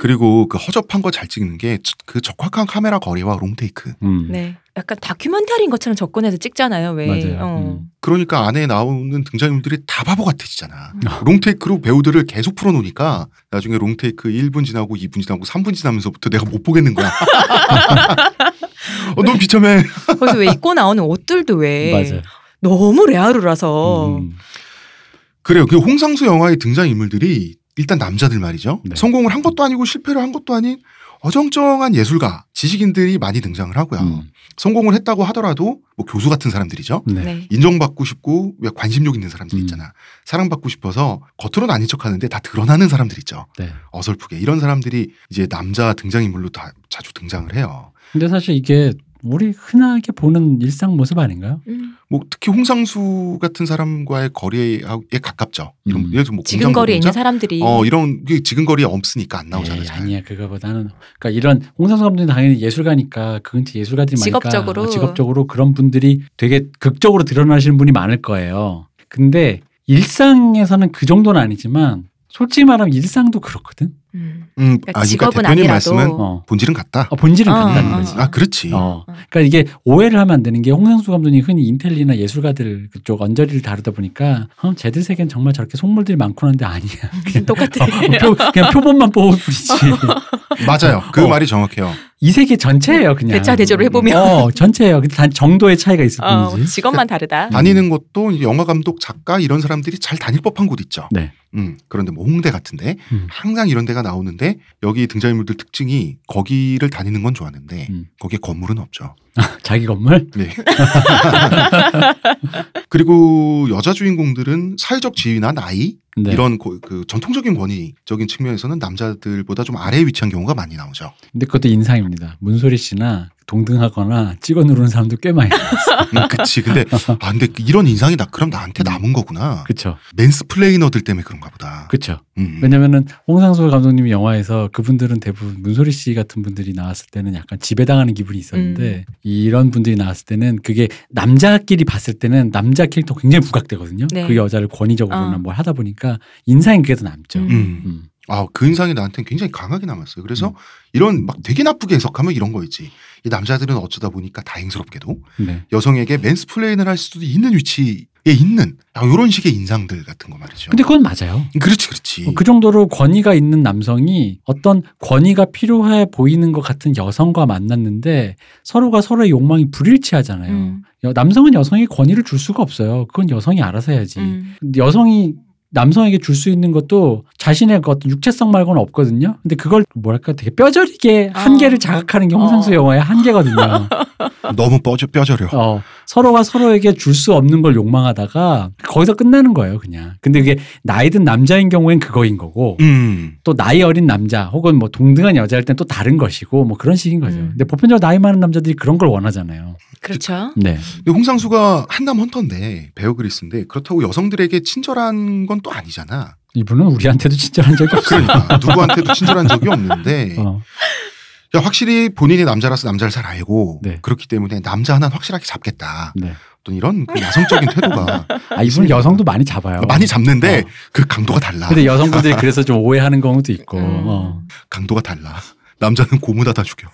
Speaker 1: 그리고 그 허접한 거 잘 찍는 게 그 적확한 카메라 거리와 롱테이크.
Speaker 3: 음.
Speaker 2: 네. 약간 다큐멘터리인 것처럼 접근해서 찍잖아요. 왜?
Speaker 3: 맞아요.
Speaker 2: 어.
Speaker 3: 음.
Speaker 1: 그러니까 안에 나오는 등장인물들이 다 바보 같아지잖아.
Speaker 2: 음.
Speaker 1: 롱테이크로 배우들을 계속 풀어놓으니까 나중에 롱테이크 1분 지나고 2분 지나고 3분 지나면서부터 내가 못 보겠는 거야. 어, 너무 비참해.
Speaker 2: 그래서 왜 입고 나오는 옷들도 왜
Speaker 3: 맞아요.
Speaker 2: 너무 레아르라서
Speaker 3: 음.
Speaker 1: 그래요. 그 홍상수 영화의 등장인물들이 일단 남자들 말이죠.
Speaker 3: 네.
Speaker 1: 성공을 한 것도 아니고 실패를 한 것도 아닌 어정쩡한 예술가, 지식인들이 많이 등장을 하고요.
Speaker 3: 음.
Speaker 1: 성공을 했다고 하더라도 뭐 교수 같은 사람들이죠.
Speaker 3: 네.
Speaker 2: 네.
Speaker 1: 인정받고 싶고 왜 관심욕 있는 사람들
Speaker 3: 음.
Speaker 1: 있잖아. 사랑받고 싶어서 겉으로는 아닌 척하는데 다 드러나는 사람들 있죠.
Speaker 3: 네.
Speaker 1: 어설프게 이런 사람들이 이제 남자 등장인물로 다 자주 등장을 해요.
Speaker 3: 근데 사실 이게 우리 흔하게 보는 일상 모습 아닌가요?
Speaker 2: 음.
Speaker 1: 뭐 특히 홍상수 같은 사람과의 거리에 가깝죠. 이런
Speaker 3: 음.
Speaker 1: 예를 들면 뭐
Speaker 2: 지금
Speaker 1: 공장
Speaker 2: 거리에 있는
Speaker 1: 노동자?
Speaker 2: 사람들이
Speaker 1: 어 이런 게 지금 거리에 없으니까 안 나오잖아요.
Speaker 3: 에이,
Speaker 1: 잘.
Speaker 3: 예, 네, 아니야 그거보다는 그러니까 이런 홍상수 감독님 당연히 예술가니까 그 근처 예술가들이
Speaker 2: 직업적으로.
Speaker 3: 많으니까 직업적으로 그런 분들이 되게 극적으로 드러나시는 분이 많을 거예요. 근데 일상에서는 그 정도는 아니지만 솔직히 말하면 일상도 그렇거든.
Speaker 2: 음.
Speaker 1: 음,
Speaker 2: 그러니까
Speaker 1: 아, 그러니까
Speaker 2: 직업은
Speaker 1: 대표님
Speaker 2: 아니라도-
Speaker 1: 말씀은
Speaker 3: 어,
Speaker 1: 본질은 같다.
Speaker 3: 어, 본질은
Speaker 2: 어,
Speaker 3: 같다는
Speaker 2: 어,
Speaker 3: 거지.
Speaker 2: 어.
Speaker 1: 아 그렇지.
Speaker 3: 어. 그러니까 이게 오해를 하면 안 되는 게 홍상수 감독님 흔히 인텔리나 예술가들 그쪽 언저리를 다루다 보니까 어, 쟤들 세계는 정말 저렇게 속물들이 많구나 하는데 아니야.
Speaker 2: 똑같아.
Speaker 3: 표, 어, 그냥 표본만 뽑을 뿐이지.
Speaker 1: 맞아요. 그
Speaker 3: 어.
Speaker 1: 말이 정확해요.
Speaker 3: 이 세계 전체예요 그냥.
Speaker 2: 대차 대조를 해보면
Speaker 3: 어, 전체예요. 근데 단 정도의 차이가 있을
Speaker 2: 어,
Speaker 3: 뿐이지.
Speaker 2: 직업만
Speaker 3: 음.
Speaker 2: 다르다.
Speaker 1: 다니는 것도 이제 영화 감독, 작가 이런 사람들이 잘 다닐 법한 곳 있죠.
Speaker 3: 네.
Speaker 1: 음, 그런데 뭐 홍대 같은데
Speaker 3: 음.
Speaker 1: 항상 이런 데가 나오는데 여기 등장인물들 특징이 거기를 다니는 건 좋아하는데
Speaker 3: 음.
Speaker 1: 거기에 건물은 없죠.
Speaker 3: 자기 건물.
Speaker 1: 네. 그리고 여자 주인공들은 사회적 지위나 나이
Speaker 3: 네.
Speaker 1: 이런 고- 그 전통적인 권위적인 측면에서는 남자들보다 좀 아래에 위치한 경우가 많이 나오죠.
Speaker 3: 근데 그것도 인상입니다. 문소리 씨나 동등하거나 찍어 누르는 사람도 꽤 많이.
Speaker 1: 음, 그치. 근데 아 근데 이런 인상이 나 그럼 나한테 남은 거구나.
Speaker 3: 그렇죠.
Speaker 1: 맨스플레이너들 때문에 그런가 보다.
Speaker 3: 그렇죠.
Speaker 1: 음.
Speaker 3: 왜냐면은 홍상수 감독님이 영화에서 그분들은 대부분 문소리 씨 같은 분들이 나왔을 때는 약간 지배당하는 기분이 있었는데
Speaker 2: 음.
Speaker 3: 이런 분들이 나왔을 때는 그게 남자끼리 봤을 때는 남자 캐릭터 굉장히 부각되거든요.
Speaker 2: 네.
Speaker 3: 그 여자를 권위적으로나
Speaker 2: 어.
Speaker 3: 뭘 하다 보니까 인상이 그게 더 남죠.
Speaker 2: 음.
Speaker 1: 음.
Speaker 3: 음.
Speaker 1: 아, 그 인상이 나한테 굉장히 강하게 남았어요. 그래서
Speaker 3: 음.
Speaker 1: 이런 막 되게 나쁘게 해석하면 이런 거있지. 이 남자들은 어쩌다 보니까 다행스럽게도
Speaker 3: 네.
Speaker 1: 여성에게 맨스플레인을 할 수도 있는 위치에 있는 아, 이런 식의 인상들 같은 거 말이죠.
Speaker 3: 근데 그건 맞아요.
Speaker 1: 그렇지, 그렇지.
Speaker 3: 어, 그 정도로 권위가 있는 남성이 어떤 권위가 필요해 보이는 것 같은 여성과 만났는데 서로가 서로의 욕망이 불일치하잖아요.
Speaker 2: 음.
Speaker 3: 여- 남성은 여성에게 권위를 줄 수가 없어요. 그건 여성이 알아서 해야지.
Speaker 2: 음.
Speaker 3: 근데 여성이 남성에게 줄 수 있는 것도 자신의 그 어떤 육체성 말고는 없거든요. 근데 그걸 뭐랄까 되게 뼈저리게
Speaker 2: 어.
Speaker 3: 한계를 자각하는 게 홍상수
Speaker 2: 어.
Speaker 3: 영화의 한계거든요.
Speaker 1: 너무 뼈저, 뼈저려.
Speaker 3: 어, 서로가 서로에게 줄 수 없는 걸 욕망하다가 거기서 끝나는 거예요, 그냥. 근데 그게 나이든 남자인 경우엔 그거인 거고
Speaker 1: 음.
Speaker 3: 또 나이 어린 남자 혹은 뭐 동등한 여자일 땐 또 다른 것이고 뭐 그런 식인 거죠.
Speaker 2: 음.
Speaker 3: 근데 보편적으로 나이 많은 남자들이 그런 걸 원하잖아요.
Speaker 2: 그렇죠.
Speaker 3: 네.
Speaker 1: 근데 홍상수가 한남 헌터인데 배우 그리스인데 그렇다고 여성들에게 친절한 건 또 아니잖아.
Speaker 3: 이분은 우리한테도 친절한 적이 없어요.
Speaker 1: 그러니까 누구한테도 친절한 적이 없는데
Speaker 3: 어,
Speaker 1: 야, 확실히 본인이 남자라서 남자를 잘 알고
Speaker 3: 네.
Speaker 1: 그렇기 때문에 남자 하나는 확실하게 잡겠다.
Speaker 3: 네.
Speaker 1: 어떤 이런 그 야성적인 태도가
Speaker 3: 아, 이분은 여성도 많이 잡아요.
Speaker 1: 많이 잡는데
Speaker 3: 어.
Speaker 1: 그 강도가 달라.
Speaker 3: 근데 여성분들이 그래서 좀 오해하는 경우도 있고.
Speaker 2: 아. 음.
Speaker 3: 어.
Speaker 1: 강도가 달라. 남자는 고무다다 죽여.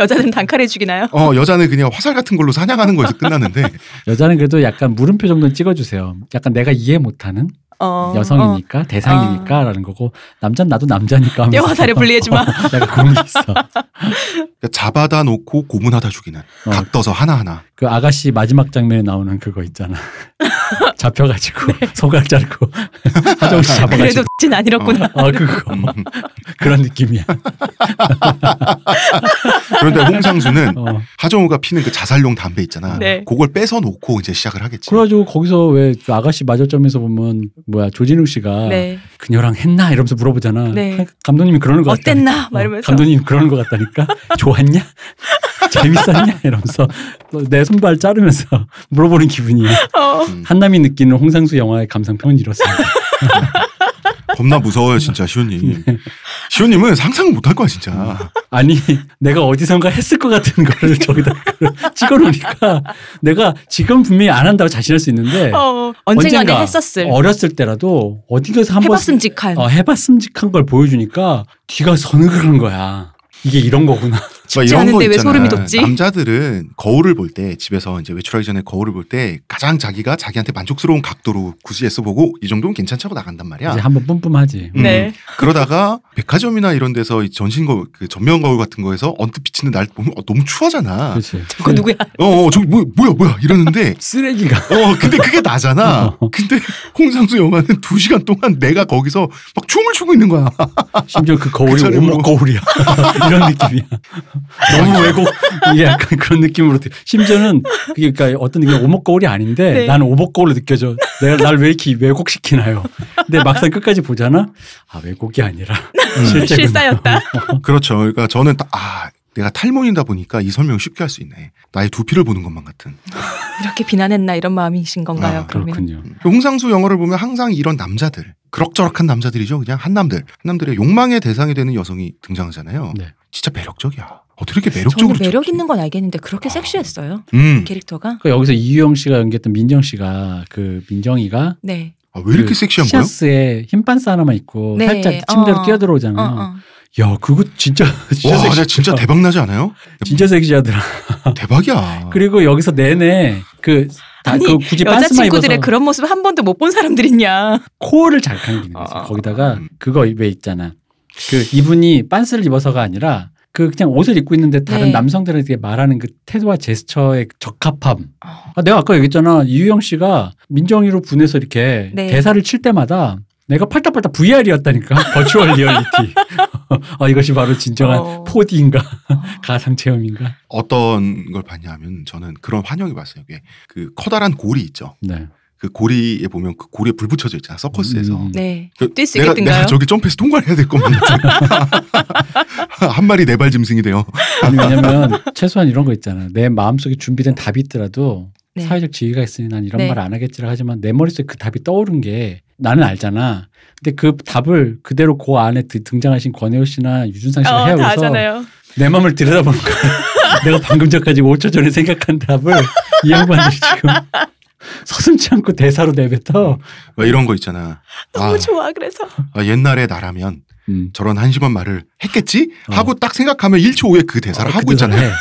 Speaker 2: 여자들은 단칼에 죽이나요?
Speaker 1: 어 여자는 그냥 화살 같은 걸로 사냥하는 거에서 끝나는데 그러니까
Speaker 3: 여자는 그래도 약간 물음표 정도는 찍어주세요. 약간 내가 이해 못하는
Speaker 2: 어,
Speaker 3: 여성이니까 대상이니까라는 거고 남자는 나도 남자니까. 하면서.
Speaker 2: 뼈화살에 불리하지 마.
Speaker 3: 어, 약간 그런 게 있어.
Speaker 1: 그러니까 잡아다 놓고 고문하다 죽이는
Speaker 3: 어.
Speaker 1: 각떠서 하나 하나.
Speaker 3: 그 아가씨 마지막 장면에 나오는 그거 있잖아. 잡혀가지고
Speaker 2: 네.
Speaker 3: 손가락 자르고 하정우 씨
Speaker 2: 어. 그래도
Speaker 3: 잡아가지고.
Speaker 2: 진 아니었구나.
Speaker 3: 어 그거 그런 느낌이야.
Speaker 1: 그런데 홍상수는
Speaker 3: 어.
Speaker 1: 하정우가 피는 그 자살용 담배 있잖아.
Speaker 2: 네.
Speaker 1: 그걸 뺏어 놓고 이제 시작을 하겠지.
Speaker 3: 그래가지고 거기서 왜그 아가씨 마절점에서 보면 뭐야 조진웅 씨가
Speaker 2: 네.
Speaker 3: 그녀랑 했나 이러면서 물어보잖아.
Speaker 2: 네.
Speaker 3: 감독님이 그러는 것 같다.
Speaker 2: 어땠나?
Speaker 3: 어,
Speaker 2: 말하면서.
Speaker 3: 감독님 그러는 것 같다니까 좋았냐? 재밌었냐? 이러면서 또내 손발 자르면서 물어보는 기분이야.
Speaker 2: 어.
Speaker 1: 음,
Speaker 3: 한남이 느끼는 홍상수 영화의 감상평은 이렇습니다.
Speaker 1: 겁나 무서워요 진짜 시온님.
Speaker 3: 네.
Speaker 1: 시온님은 상상을 못 할 거야
Speaker 3: 음.
Speaker 1: 진짜.
Speaker 3: 아니 내가 어디선가 했을 것 같은 거를 저기다 찍어놓으니까 내가 지금 분명히 안 한다고 자신할 수 있는데
Speaker 2: 어. 언젠가 했었을.
Speaker 3: 어렸을 때라도 어디가서 한번
Speaker 2: 해봤음직한.
Speaker 3: 어, 해봤음직한 걸 보여주니까 뒤가 서늘한 거야 이게 이런 거구나
Speaker 2: 춥지
Speaker 1: 뭐 이런 거
Speaker 2: 않은데 왜
Speaker 1: 있잖아.
Speaker 2: 소름이 돋지?
Speaker 1: 남자들은 거울을 볼 때 집에서 이제 외출하기 전에 거울을 볼 때 가장 자기가 자기한테 만족스러운 각도로 굳이 애써 보고 이 정도면 괜찮다고 나간단 말이야.
Speaker 2: 아.
Speaker 3: 이제 한번 뿜뿜하지.
Speaker 1: 음.
Speaker 2: 네.
Speaker 1: 그러다가 백화점이나 이런 데서 이 전신 거울, 그 전면 거울 같은 거에서 언뜻 비치는 날 보면 어, 너무 추하잖아.
Speaker 3: 그렇지. 네.
Speaker 2: 그거 누구야?
Speaker 1: 어, 어, 저기 뭐, 뭐야, 뭐야 이러는데
Speaker 3: 쓰레기가.
Speaker 1: 어, 근데 그게 나잖아.
Speaker 2: 어.
Speaker 1: 근데 홍상수 영화는 두 시간 동안 내가 거기서 막 춤을 추고 있는 거야.
Speaker 3: 심지어 그 거울이
Speaker 1: 그 자리에
Speaker 3: 오목 거울이야. 이런 느낌이야.
Speaker 1: 아.
Speaker 3: 너무 왜곡 이게 약간 그런 느낌으로 들- 심지어는 그게 그러니까 어떤 느낌 오목 거울이 아닌데
Speaker 2: 네.
Speaker 3: 나는 오목 거울로 느껴져. 내가 날 왜 이렇게 왜곡시키나요? 근데 막상 끝까지 보잖아. 아 왜곡이 아니라 실제
Speaker 2: 실사였다.
Speaker 1: 그렇죠. 그러니까 저는 딱, 아, 내가 탈모인다 보니까 이 설명 을 쉽게 할 수 있네. 나의 두피를 보는 것만 같은.
Speaker 2: 이렇게 비난했나 이런 마음이신 건가요?
Speaker 1: 아,
Speaker 2: 그러면
Speaker 3: 그렇군요.
Speaker 1: 홍상수 영화를 보면 항상 이런 남자들, 그럭저럭한 남자들이죠. 그냥 한남들. 한남들의 욕망의 대상이 되는 여성이 등장하잖아요.
Speaker 3: 네.
Speaker 1: 진짜 매력적이야. 어떻게 이렇게
Speaker 2: 저는
Speaker 1: 매력적으로.
Speaker 2: 매력
Speaker 1: 찍지?
Speaker 2: 있는 건 알겠는데 그렇게 섹시했어요
Speaker 1: 음.
Speaker 2: 캐릭터가?
Speaker 3: 그러니까 여기서 이유영 씨가 연기했던 민정 씨가 그 민정이가
Speaker 2: 네.
Speaker 1: 아, 왜 이렇게
Speaker 3: 그
Speaker 1: 섹시한 거예요?
Speaker 3: 티셔츠에 흰반스 하나만 입고
Speaker 2: 네.
Speaker 3: 살짝 침대로
Speaker 2: 어. 어,
Speaker 3: 뛰어들어오잖아.
Speaker 2: 어.
Speaker 3: 야 그거 진짜 진짜
Speaker 1: 와,
Speaker 3: 섹시. 어,
Speaker 1: 나 진짜 대박 나지 않아요?
Speaker 3: 진짜 섹시하더라.
Speaker 2: 어.
Speaker 1: 대박이야.
Speaker 3: 그리고 여기서 내내 그, 다,
Speaker 2: 아니,
Speaker 3: 그 굳이
Speaker 2: 여자
Speaker 3: 반스만
Speaker 2: 친구들의
Speaker 3: 입어서
Speaker 2: 그런 모습 한 번도 못 본 사람들 있냐?
Speaker 3: 코어를 잘 감기는 거지.
Speaker 2: 아.
Speaker 3: 거기다가
Speaker 1: 음.
Speaker 3: 그거 왜 있잖아. 그 이분이 반스를 입어서가 아니라 그 그냥 옷을 입고 있는데 다른
Speaker 2: 네.
Speaker 3: 남성들에게 말하는 그 태도와 제스처의 적합함.
Speaker 2: 어.
Speaker 3: 아, 내가 아까 얘기했잖아. 이유영 씨가 민정이로 분해서 이렇게
Speaker 2: 네.
Speaker 3: 대사를 칠 때마다 내가 팔딱팔딱 VR이었다니까. 버추얼 리얼리티. 아, 이것이 바로 진정한
Speaker 2: 어.
Speaker 3: 4D인가? 가상 체험인가?
Speaker 1: 어떤 걸 봤냐면 저는 그런 환영이 봤어요. 이게 그 커다란 고리 있죠.
Speaker 3: 네.
Speaker 1: 그 고리에 보면 그 고리에 불 붙여져 있잖아. 서커스에서.
Speaker 3: 음.
Speaker 2: 네.
Speaker 1: 그
Speaker 2: 뛸수
Speaker 1: 내가,
Speaker 2: 있겠든가요?
Speaker 1: 내가 저기 점프해서 통과를 해야 될 겁니다. 한 마리 네발 짐승이 돼요.
Speaker 3: 아니 왜냐면 최소한 이런 거 있잖아. 내 마음속에 준비된 답이 있더라도
Speaker 2: 네.
Speaker 3: 사회적 지위가 있으니 난 이런
Speaker 2: 네.
Speaker 3: 말 안 하겠지라 하지만 내 머릿속에 그 답이 떠오른 게 나는 알잖아. 근데 그 답을 그대로 그 안에 드- 등장하신 권혜호 씨나 유준상 씨가
Speaker 2: 어, 다
Speaker 3: 헤어져서
Speaker 2: 아잖아요.
Speaker 3: 내 마음을 들여다보는 거야. 내가 방금 전까지 5초 전에 생각한 답을 이 양반들이 지금 서슴지 않고 대사로 내뱉어.
Speaker 1: 막 이런 거 있잖아.
Speaker 2: 너무
Speaker 1: 아,
Speaker 2: 좋아 그래서.
Speaker 1: 아, 옛날에 나라면
Speaker 3: 음.
Speaker 1: 저런 한심한 말을 했겠지?
Speaker 3: 어.
Speaker 1: 하고 딱 생각하면 1초 후에 그 대사를
Speaker 3: 어,
Speaker 1: 하고
Speaker 3: 그 대사를
Speaker 1: 있잖아요.
Speaker 3: 해.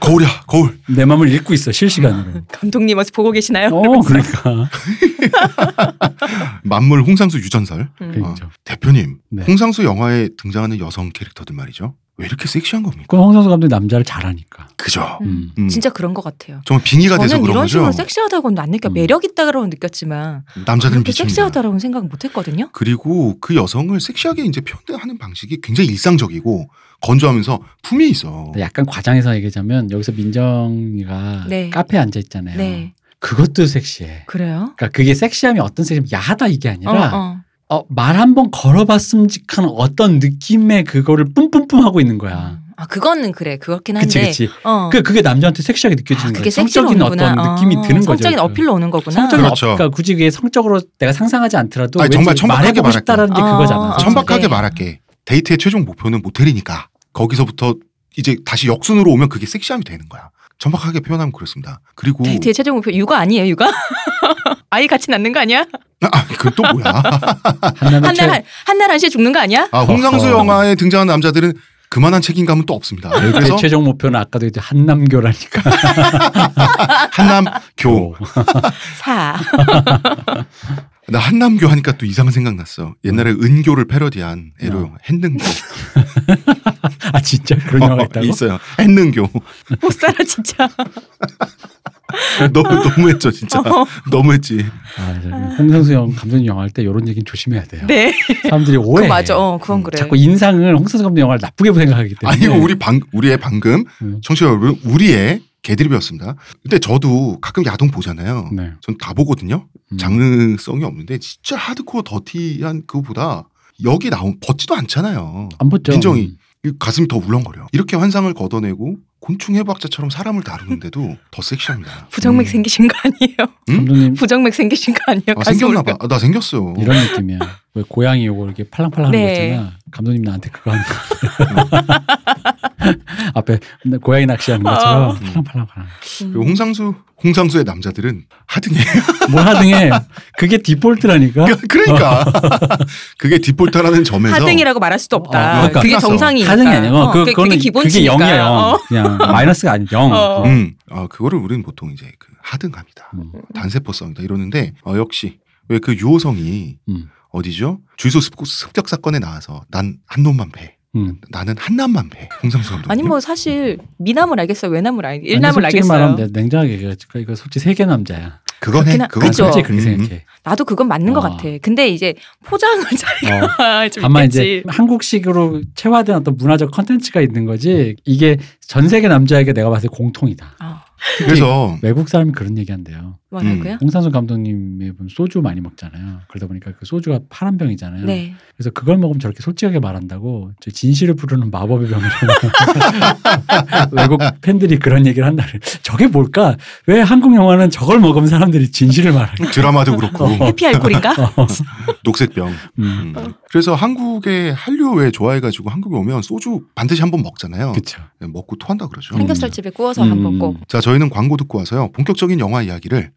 Speaker 1: 거울이야, 거울.
Speaker 3: 내 마음을 읽고 있어
Speaker 2: 음.
Speaker 3: 실시간으로.
Speaker 2: 감독님 어서 보고 계시나요?
Speaker 3: 어, 그러니까.
Speaker 1: 만물 홍상수 유전설.
Speaker 2: 음.
Speaker 3: 그러니까.
Speaker 1: 대표님,
Speaker 3: 네.
Speaker 1: 홍상수 영화에 등장하는 여성 캐릭터들 말이죠. 왜 이렇게 섹시한 겁니까?
Speaker 3: 그 홍상수 감독이 남자를 잘하니까.
Speaker 1: 그죠?
Speaker 3: 음.
Speaker 1: 음.
Speaker 2: 진짜 그런 것 같아요.
Speaker 1: 정말 빙의가 돼서
Speaker 2: 저는
Speaker 1: 그런
Speaker 2: 이런
Speaker 1: 거죠.
Speaker 2: 식으로 섹시하다고는 안 느껴
Speaker 3: 음.
Speaker 2: 매력 있다라고는 느꼈지만
Speaker 1: 남자들은
Speaker 2: 그렇게
Speaker 1: 미칩니다.
Speaker 2: 섹시하다라고는 생각 못 했거든요.
Speaker 1: 그리고 그 여성을 섹시하게 이제 표현하는 방식이 굉장히 일상적이고 건조하면서 품이 있어.
Speaker 3: 약간 과장해서 얘기하자면 여기서 민정이가
Speaker 2: 네.
Speaker 3: 카페에 앉아 있잖아요.
Speaker 2: 네
Speaker 3: 그것도 섹시해.
Speaker 2: 그래요.
Speaker 3: 그러니까 그게 섹시함이 어떤 섹시함 야하다 이게
Speaker 2: 어,
Speaker 3: 아니라
Speaker 2: 어.
Speaker 3: 어, 말 한 번 걸어봤음직한 어떤 느낌의 그거를 뿜뿜뿜 하고 있는 거야.
Speaker 2: 아 그거는 그래 그렇긴
Speaker 3: 그치
Speaker 2: 한데.
Speaker 3: 그치.
Speaker 2: 어.
Speaker 3: 그 그게 남자한테 섹시하게 느껴지는
Speaker 2: 아,
Speaker 3: 거야.
Speaker 2: 그게
Speaker 3: 성적인
Speaker 2: 섹시로 오는구나.
Speaker 3: 어떤 느낌이
Speaker 2: 어,
Speaker 3: 드는 거죠.
Speaker 2: 성적인
Speaker 3: 그.
Speaker 2: 어필로 오는 거구나.
Speaker 3: 성적인
Speaker 1: 그렇죠.
Speaker 3: 어, 그러니까 굳이 그게 성적으로 내가 상상하지 않더라도
Speaker 1: 아니, 정말
Speaker 3: 왠지
Speaker 1: 천박하게
Speaker 3: 말해보고
Speaker 1: 말할게.
Speaker 3: 싶다라는 게
Speaker 2: 아,
Speaker 3: 그거잖아. 그렇죠?
Speaker 2: 아,
Speaker 1: 천박하게
Speaker 2: 네.
Speaker 1: 말할게. 데이트의 최종 목표는 모텔이니까 거기서부터 이제 다시 역순으로 오면 그게 섹시함이 되는 거야. 천박하게 표현하면 그렇습니다. 그리고
Speaker 2: 데이트의 최종 목표 육아 아니에요 육아? 아이 같이 낳는 거 아니야?
Speaker 1: 아, 그건 또 뭐야?
Speaker 3: 한남의 최-
Speaker 2: 한날 한- 한날 한시에 죽는 거 아니야?
Speaker 1: 아, 홍상수
Speaker 3: 어허.
Speaker 1: 영화에 등장하는 남자들은 그만한 책임감은 또 없습니다.
Speaker 3: 내
Speaker 1: 그래서
Speaker 3: 최종 목표는 아까도 이제 한남교라니까.
Speaker 1: 한남교
Speaker 2: 사.
Speaker 1: 나 한남교 하니까 또 이상한 생각 났어. 옛날에 은교를 패러디한 애로
Speaker 2: 어.
Speaker 1: 영화 했는교
Speaker 3: 아 진짜 그런 영화가 있다고?
Speaker 1: 있어요. 했는교
Speaker 2: 못 살아 진짜.
Speaker 1: 너무 너무했죠 진짜
Speaker 2: 어.
Speaker 1: 너무했지.
Speaker 3: 아, 저기 홍상수 형 감독님 영화 할 때 이런 얘기는 조심해야 돼요.
Speaker 2: 네.
Speaker 3: 사람들이
Speaker 2: 그
Speaker 3: 오해.
Speaker 2: 맞아. 어, 그건
Speaker 1: 음,
Speaker 2: 그래.
Speaker 3: 자꾸 인상을 홍상수 감독 영화를 나쁘게 생각하기 때문에.
Speaker 1: 아니 이거 우리 방 우리의 방금
Speaker 3: 음.
Speaker 1: 청취자 여러분 우리의 개드립이었습니다. 근데 저도 가끔 야동 보잖아요.
Speaker 3: 네.
Speaker 1: 전 다 보거든요.
Speaker 3: 음.
Speaker 1: 장르성이 없는데 진짜 하드코어 더티한 그보다 여기 나온 벗지도 않잖아요.
Speaker 3: 안 보죠.
Speaker 1: 민정이. 이 가슴이 더 울렁거려. 이렇게 환상을 걷어내고 곤충 해부학자처럼 사람을 다루는데도 더 섹시합니다.
Speaker 2: 부정맥
Speaker 3: 음.
Speaker 2: 생기신 거 아니에요?
Speaker 3: 감독님
Speaker 2: 부정맥 생기신 거 아니에요?
Speaker 1: 아,
Speaker 2: 가슴
Speaker 1: 생겼나 봐.
Speaker 2: 울려.
Speaker 1: 아, 나 생겼어요.
Speaker 3: 이런 느낌이야. 왜 고양이 요거 이렇게 팔랑팔랑 하는
Speaker 2: 네.
Speaker 3: 거 있잖아. 감독님 나한테 그거 하는 거. 앞에 고양이 낚시하는 것처럼
Speaker 1: 어.
Speaker 3: 팔랑팔랑팔랑.
Speaker 1: 그리고
Speaker 2: 음.
Speaker 1: 홍상수 홍상수의 남자들은 하등이에요.
Speaker 3: 뭘 하등해. 그게 디폴트라니까.
Speaker 1: 그러니까 그게 디폴트라는 점에서
Speaker 2: 하등이라고 말할 수도
Speaker 3: 어,
Speaker 2: 없다.
Speaker 3: 그러니까.
Speaker 2: 그게
Speaker 1: 끝났어.
Speaker 2: 정상이니까.
Speaker 3: 하등이 아니야. 어,
Speaker 2: 어,
Speaker 3: 그,
Speaker 2: 그게-
Speaker 3: 그거는
Speaker 2: 그게
Speaker 3: 그게
Speaker 2: 기본치니까.
Speaker 3: 0이에요.
Speaker 2: 어.
Speaker 3: 그냥 마이너스가 아니 0.
Speaker 2: 어.
Speaker 1: 음, 아 그거를 우리는 보통 이제 그 하등합니다.
Speaker 3: 음.
Speaker 1: 단세포 싸움이다 이러는데 어, 역시 왜 그 유호성이
Speaker 3: 음.
Speaker 1: 어디죠? 주유소 습- 습격 사건에 나와서 난 한 놈만 패.
Speaker 3: 음.
Speaker 1: 나는 한 남만 패. 홍상수 감독님.
Speaker 2: 아니 뭐 사실 미남을 알겠어요. 외남을 알
Speaker 3: 아니,
Speaker 2: 일남을
Speaker 3: 솔직히
Speaker 2: 알겠어요.
Speaker 3: 말하면 내- 냉정하게 얘기하니까 이거 솔직히 세계 남자야.
Speaker 1: 그건 해.
Speaker 2: 그렇긴 하-
Speaker 1: 그건
Speaker 2: 그죠.
Speaker 1: 해.
Speaker 3: 솔직히 그렇게
Speaker 1: 음,
Speaker 3: 생각해.
Speaker 2: 나도 그건 맞는 것
Speaker 3: 아. 어.
Speaker 2: 같아. 근데 이제 포장을 자기가 좀
Speaker 3: 다만
Speaker 2: 있겠지.
Speaker 3: 이제 한국식으로 체화된 어떤 문화적 컨텐츠가 있는 거지 이게 전 세계 남자에게 내가 봤을 때 공통이다.
Speaker 2: 아,
Speaker 1: 그래서
Speaker 3: 외국 사람이 그런 얘기 한대요.
Speaker 2: 뭐라고요?
Speaker 3: 홍상수 감독님의 보면 소주 많이 먹잖아요. 그러다 보니까 그 소주가 파란 병이잖아요.
Speaker 2: 네.
Speaker 3: 그래서 그걸 먹으면 저렇게 솔직하게 말한다고 저 진실을 부르는 마법의 병이라고 외국 팬들이 그런 얘기를 한다를 저게 뭘까? 왜 한국 영화는 저걸 먹으면 사람들이 진실을 어, 말할까?
Speaker 1: 드라마도
Speaker 3: 그러니까.
Speaker 1: 그렇고
Speaker 2: 해피 알콜인가?
Speaker 1: 녹색병.
Speaker 3: 음.
Speaker 1: 음. 그래서 한국에 한류 왜 좋아해가지고 한국에 오면 소주 반드시 한 번 먹잖아요. 네,
Speaker 3: 그렇죠.
Speaker 1: 먹고 토한다 그러죠.
Speaker 3: 음.
Speaker 2: 삼겹살 집에 구워서 한번 꼭.
Speaker 1: 자, 저희는 광고 듣고 와서요. 본격적인 영화 이야기를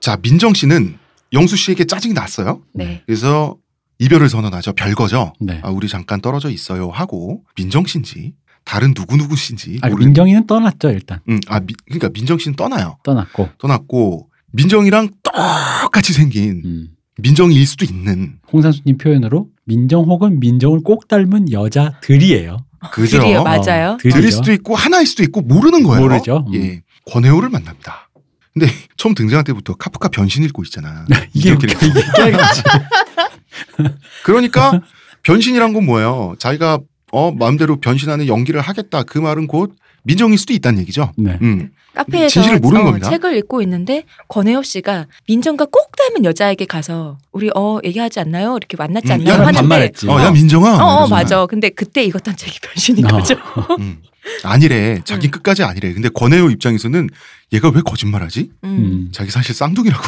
Speaker 1: 자, 민정 씨는 영수 씨에게 짜증이 났어요.
Speaker 2: 네.
Speaker 1: 그래서 이별을 선언하죠. 별거죠.
Speaker 3: 네.
Speaker 1: 아, 우리 잠깐 떨어져 있어요 하고 민정 씨인지 다른 누구 누구신지
Speaker 3: 아,
Speaker 1: 모르는-
Speaker 3: 민경이는 떠났죠 일단
Speaker 1: 음, 아, 미- 그러니까 민정 씨는 떠나요.
Speaker 3: 떠났고
Speaker 1: 떠났고 민정이랑 똑같이 생긴
Speaker 3: 음.
Speaker 1: 민정일 수도 있는
Speaker 3: 홍상수님 표현으로 민정 혹은 민정을 꼭 닮은 여자들이에요.
Speaker 1: 그죠?
Speaker 2: 드디어 맞아요.
Speaker 3: 들이죠.
Speaker 1: 들일 수도 있고 하나일 수도 있고 모르는 거예요.
Speaker 3: 모르죠. 음.
Speaker 1: 예, 권혜호를 만납니다. 근데 처음 등장할 때부터 카프카 변신 읽고 있잖아.
Speaker 3: 이게
Speaker 1: 이렇게
Speaker 3: 웃겨. 이게 깨알같이.
Speaker 1: 그러니까 변신이란 건 뭐예요? 자기가 어 마음대로 변신하는 연기를 하겠다. 그 말은 곧 민정일 수도 있다는 얘기죠.
Speaker 3: 네.
Speaker 1: 음,
Speaker 2: 카페에서
Speaker 1: 진실을 모르는 겁니다.
Speaker 2: 책을 읽고 있는데 권혜호 씨가 민정과 꼭 닮은 여자에게 가서 우리 어 얘기하지 않나요? 이렇게 만났지
Speaker 1: 음,
Speaker 2: 않나요?
Speaker 1: 야, 나
Speaker 2: 하는데
Speaker 3: 반말했지.
Speaker 1: 어, 야 민정아.
Speaker 2: 어,
Speaker 1: 이러잖아.
Speaker 2: 어 맞아. 근데 그때 읽었던 책이 변신인
Speaker 3: 어.
Speaker 2: 거죠.
Speaker 1: 음. 아니래.
Speaker 2: 음.
Speaker 1: 자기 끝까지 아니래. 근데 권혜호 입장에서는 얘가 왜 거짓말하지?
Speaker 2: 음.
Speaker 3: 음.
Speaker 1: 자기 사실 쌍둥이라고.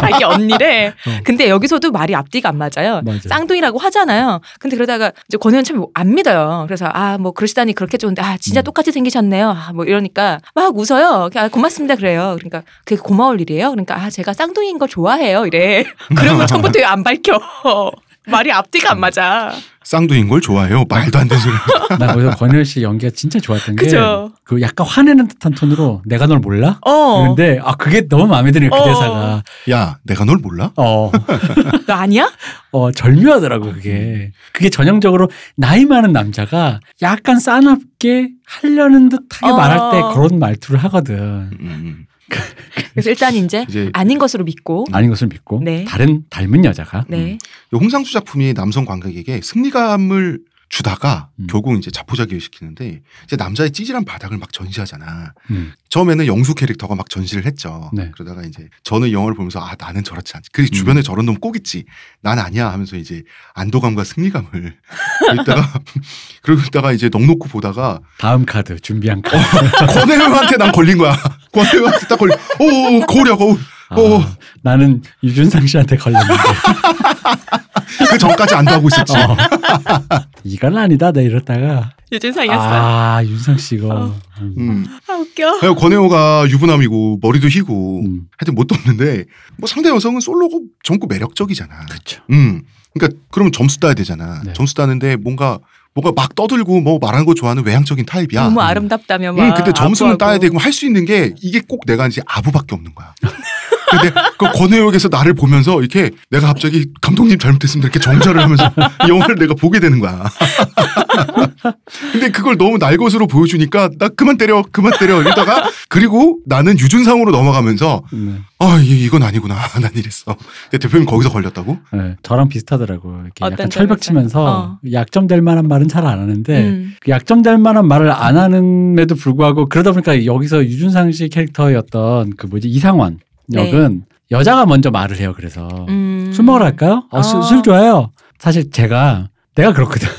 Speaker 2: 자기 언니래.
Speaker 3: 어.
Speaker 2: 근데 여기서도 말이 앞뒤가 안 맞아요.
Speaker 3: 맞아요.
Speaker 2: 쌍둥이라고 하잖아요. 근데 그러다가 이제 권혜원 참 안 믿어요. 그래서 아 뭐 그러시다니 그렇게 좋은데 아 진짜
Speaker 3: 음.
Speaker 2: 똑같이 생기셨네요. 아 뭐 이러니까 막 웃어요. 아 고맙습니다 그래요. 그러니까 그게 고마울 일이에요. 그러니까 아 제가 쌍둥이인 걸 좋아해요 이래. 그러면 처음부터 안 밝혀. 말이 앞뒤가 안 맞아.
Speaker 1: 쌍둥이인 걸 좋아해요. 말도 안 되는 소리.
Speaker 3: 난 거기서 권열 씨 연기가 진짜 좋았던 게
Speaker 2: 그죠.
Speaker 3: 그 약간 화내는 듯한 톤으로 내가 널 몰라?
Speaker 2: 어.
Speaker 3: 근데 아 그게 너무 마음에 드는 그
Speaker 2: 어.
Speaker 3: 대사가
Speaker 1: 야, 내가 널 몰라?
Speaker 3: 어,
Speaker 2: 너 아니야?
Speaker 3: 어 절묘하더라고
Speaker 2: 음.
Speaker 3: 그게 그게 전형적으로 나이 많은 남자가 약간 싸납게 하려는 듯하게
Speaker 2: 어.
Speaker 3: 말할 때 그런 말투를 하거든
Speaker 1: 음, 음.
Speaker 2: 그래서 일단 이제
Speaker 1: 이제
Speaker 2: 네? 아닌 것으로 믿고.
Speaker 3: 아닌 것을 믿고
Speaker 2: 네.
Speaker 3: 다른 닮은 여자가
Speaker 2: 네.
Speaker 1: 이 홍상수 작품이 남성 관객에게 승리감을 주다가
Speaker 3: 음.
Speaker 1: 결국 이제 자포자기를 시키는데 이제 남자의 찌질한 바닥을 막 전시하잖아.
Speaker 3: 음.
Speaker 1: 처음에는 영수 캐릭터가 막 전시를 했죠.
Speaker 3: 네. 음.
Speaker 1: 그러다가 이제 저는 영화를 보면서 아 나는 저렇지 않지. 그 주변에 저런 놈 꼭 있지. 난 아니야 하면서 이제 안도감과 승리감을 읽다가 그러고 있다가 이제 넉놓고 보다가
Speaker 3: 다음 카드 준비한 카드
Speaker 2: 어.
Speaker 1: 권혜영한테 난 걸린 거야. 권혜영한테 딱 걸린. 오 거울이야 거울.
Speaker 3: 아,
Speaker 1: 오.
Speaker 3: 나는 유준상 씨한테 걸렸는데
Speaker 1: 그 전까지 안도하고 있었지.
Speaker 3: 어. 이건 아니다 나 이러다가
Speaker 2: 유진상이었어. 아,
Speaker 3: 아 윤상 씨가
Speaker 2: 어.
Speaker 3: 음.
Speaker 1: 음.
Speaker 2: 웃겨.
Speaker 1: 아유, 권혜호가 유부남이고 머리도 희고
Speaker 3: 음.
Speaker 1: 하여튼 뭣도 없는데 뭐 상대 여성은 솔로고 젊고 매력적이잖아.
Speaker 3: 그렇죠.
Speaker 1: 음. 그러니까 그럼 점수 따야 되잖아.
Speaker 3: 네.
Speaker 1: 점수 따는데 뭔가 뭔가 막 떠들고 뭐 말하는 거 좋아하는 외향적인 타입이야.
Speaker 2: 너무 아름답다며 막.
Speaker 1: 응, 근데 음, 점수는
Speaker 2: 아부하고.
Speaker 1: 따야 되고 할 수 있는 게 이게 꼭 내가 이제 아부밖에 없는 거야. 근데 그 권혜옥에서 나를 보면서 이렇게 내가 갑자기 감독님 잘못했습니다 이렇게 정찰을 하면서 이 영화를 내가 보게 되는 거야. 근데 그걸 너무 날것으로 보여주니까 나 그만 때려 그만 때려 이러다가 그리고 나는 유준상으로 넘어가면서
Speaker 3: 네.
Speaker 1: 아 이- 이건 아니구나 난 이랬어. 근데 대표님 거기서 걸렸다고?
Speaker 3: 네, 저랑 비슷하더라고요. 이렇게
Speaker 2: 어떤
Speaker 3: 약간
Speaker 2: 점에서?
Speaker 3: 철벽치면서
Speaker 2: 어. 약점
Speaker 3: 약점될 만한 말은 잘 안 하는데
Speaker 2: 음.
Speaker 3: 그 약점될 만한 말을 안 하는에도 불구하고 그러다 보니까 여기서 유준상 씨 캐릭터였던 그 뭐지 이상원 역은 여자가 먼저 말을 해요. 그래서
Speaker 2: 네. 음.
Speaker 3: 술 먹으러 갈까요? 어, 술,
Speaker 2: 어.
Speaker 3: 술 좋아요. 사실 제가 내가 그렇거든.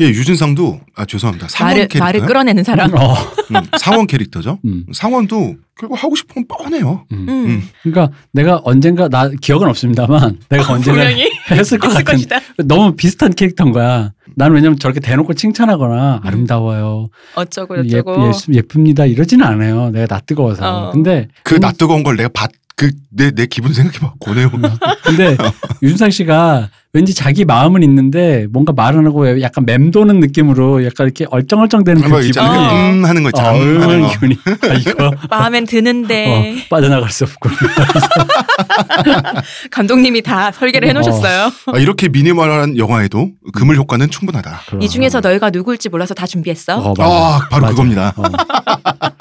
Speaker 1: 예 유준상도 아 죄송합니다 상원
Speaker 2: 말을
Speaker 1: 캐릭터
Speaker 2: 말을 끌어내는 사람.
Speaker 3: 어.
Speaker 1: 음, 상원 캐릭터죠.
Speaker 3: 음.
Speaker 1: 상원도 결국 하고 싶으면 뻔해요.
Speaker 3: 음.
Speaker 2: 음.
Speaker 3: 그러니까 내가 언젠가 나 기억은 없습니다만 내가 언젠가
Speaker 2: 아, 분명히
Speaker 3: 했을 것
Speaker 2: 있을
Speaker 3: 같은
Speaker 2: 것이다.
Speaker 3: 너무 비슷한 캐릭터인 거야. 나는 왜냐면 저렇게 대놓고 칭찬하거나
Speaker 2: 음.
Speaker 3: 아름다워요,
Speaker 2: 어쩌고
Speaker 3: 예,
Speaker 2: 저쩌고.
Speaker 3: 예, 예쁩니다 이러지는 않아요. 내가 나 뜨거워서.
Speaker 2: 어.
Speaker 3: 근데
Speaker 1: 그 나 뜨거운 걸 내가 봤그내내 기분 생각해봐 고뇌호가
Speaker 3: 근데 윤상 씨가 왠지 자기 마음은 있는데 뭔가 말 안 하고 약간 맴도는 느낌으로 약간 이렇게 얼쩡얼쩡대는 그
Speaker 1: 막
Speaker 3: 기분이
Speaker 2: 있잖아요.
Speaker 1: 있잖아 음 하는 거 있잖아
Speaker 3: 어,
Speaker 1: 음 하는
Speaker 3: 얼마나
Speaker 1: 거.
Speaker 3: 기분이 아, 이거
Speaker 2: 마음엔 드는데
Speaker 3: 어, 빠져나갈 수 없고
Speaker 2: 감독님이 다 설계를 해놓으셨어요.
Speaker 1: 아, 이렇게 미니멀한 영화에도
Speaker 3: 음.
Speaker 1: 금을 효과는 충분하다.
Speaker 2: 이 중에서 너희가 누굴지 몰라서 다 준비했어.
Speaker 3: 어, 맞아.
Speaker 1: 아 바로
Speaker 3: 맞아.
Speaker 1: 그겁니다.
Speaker 3: 어,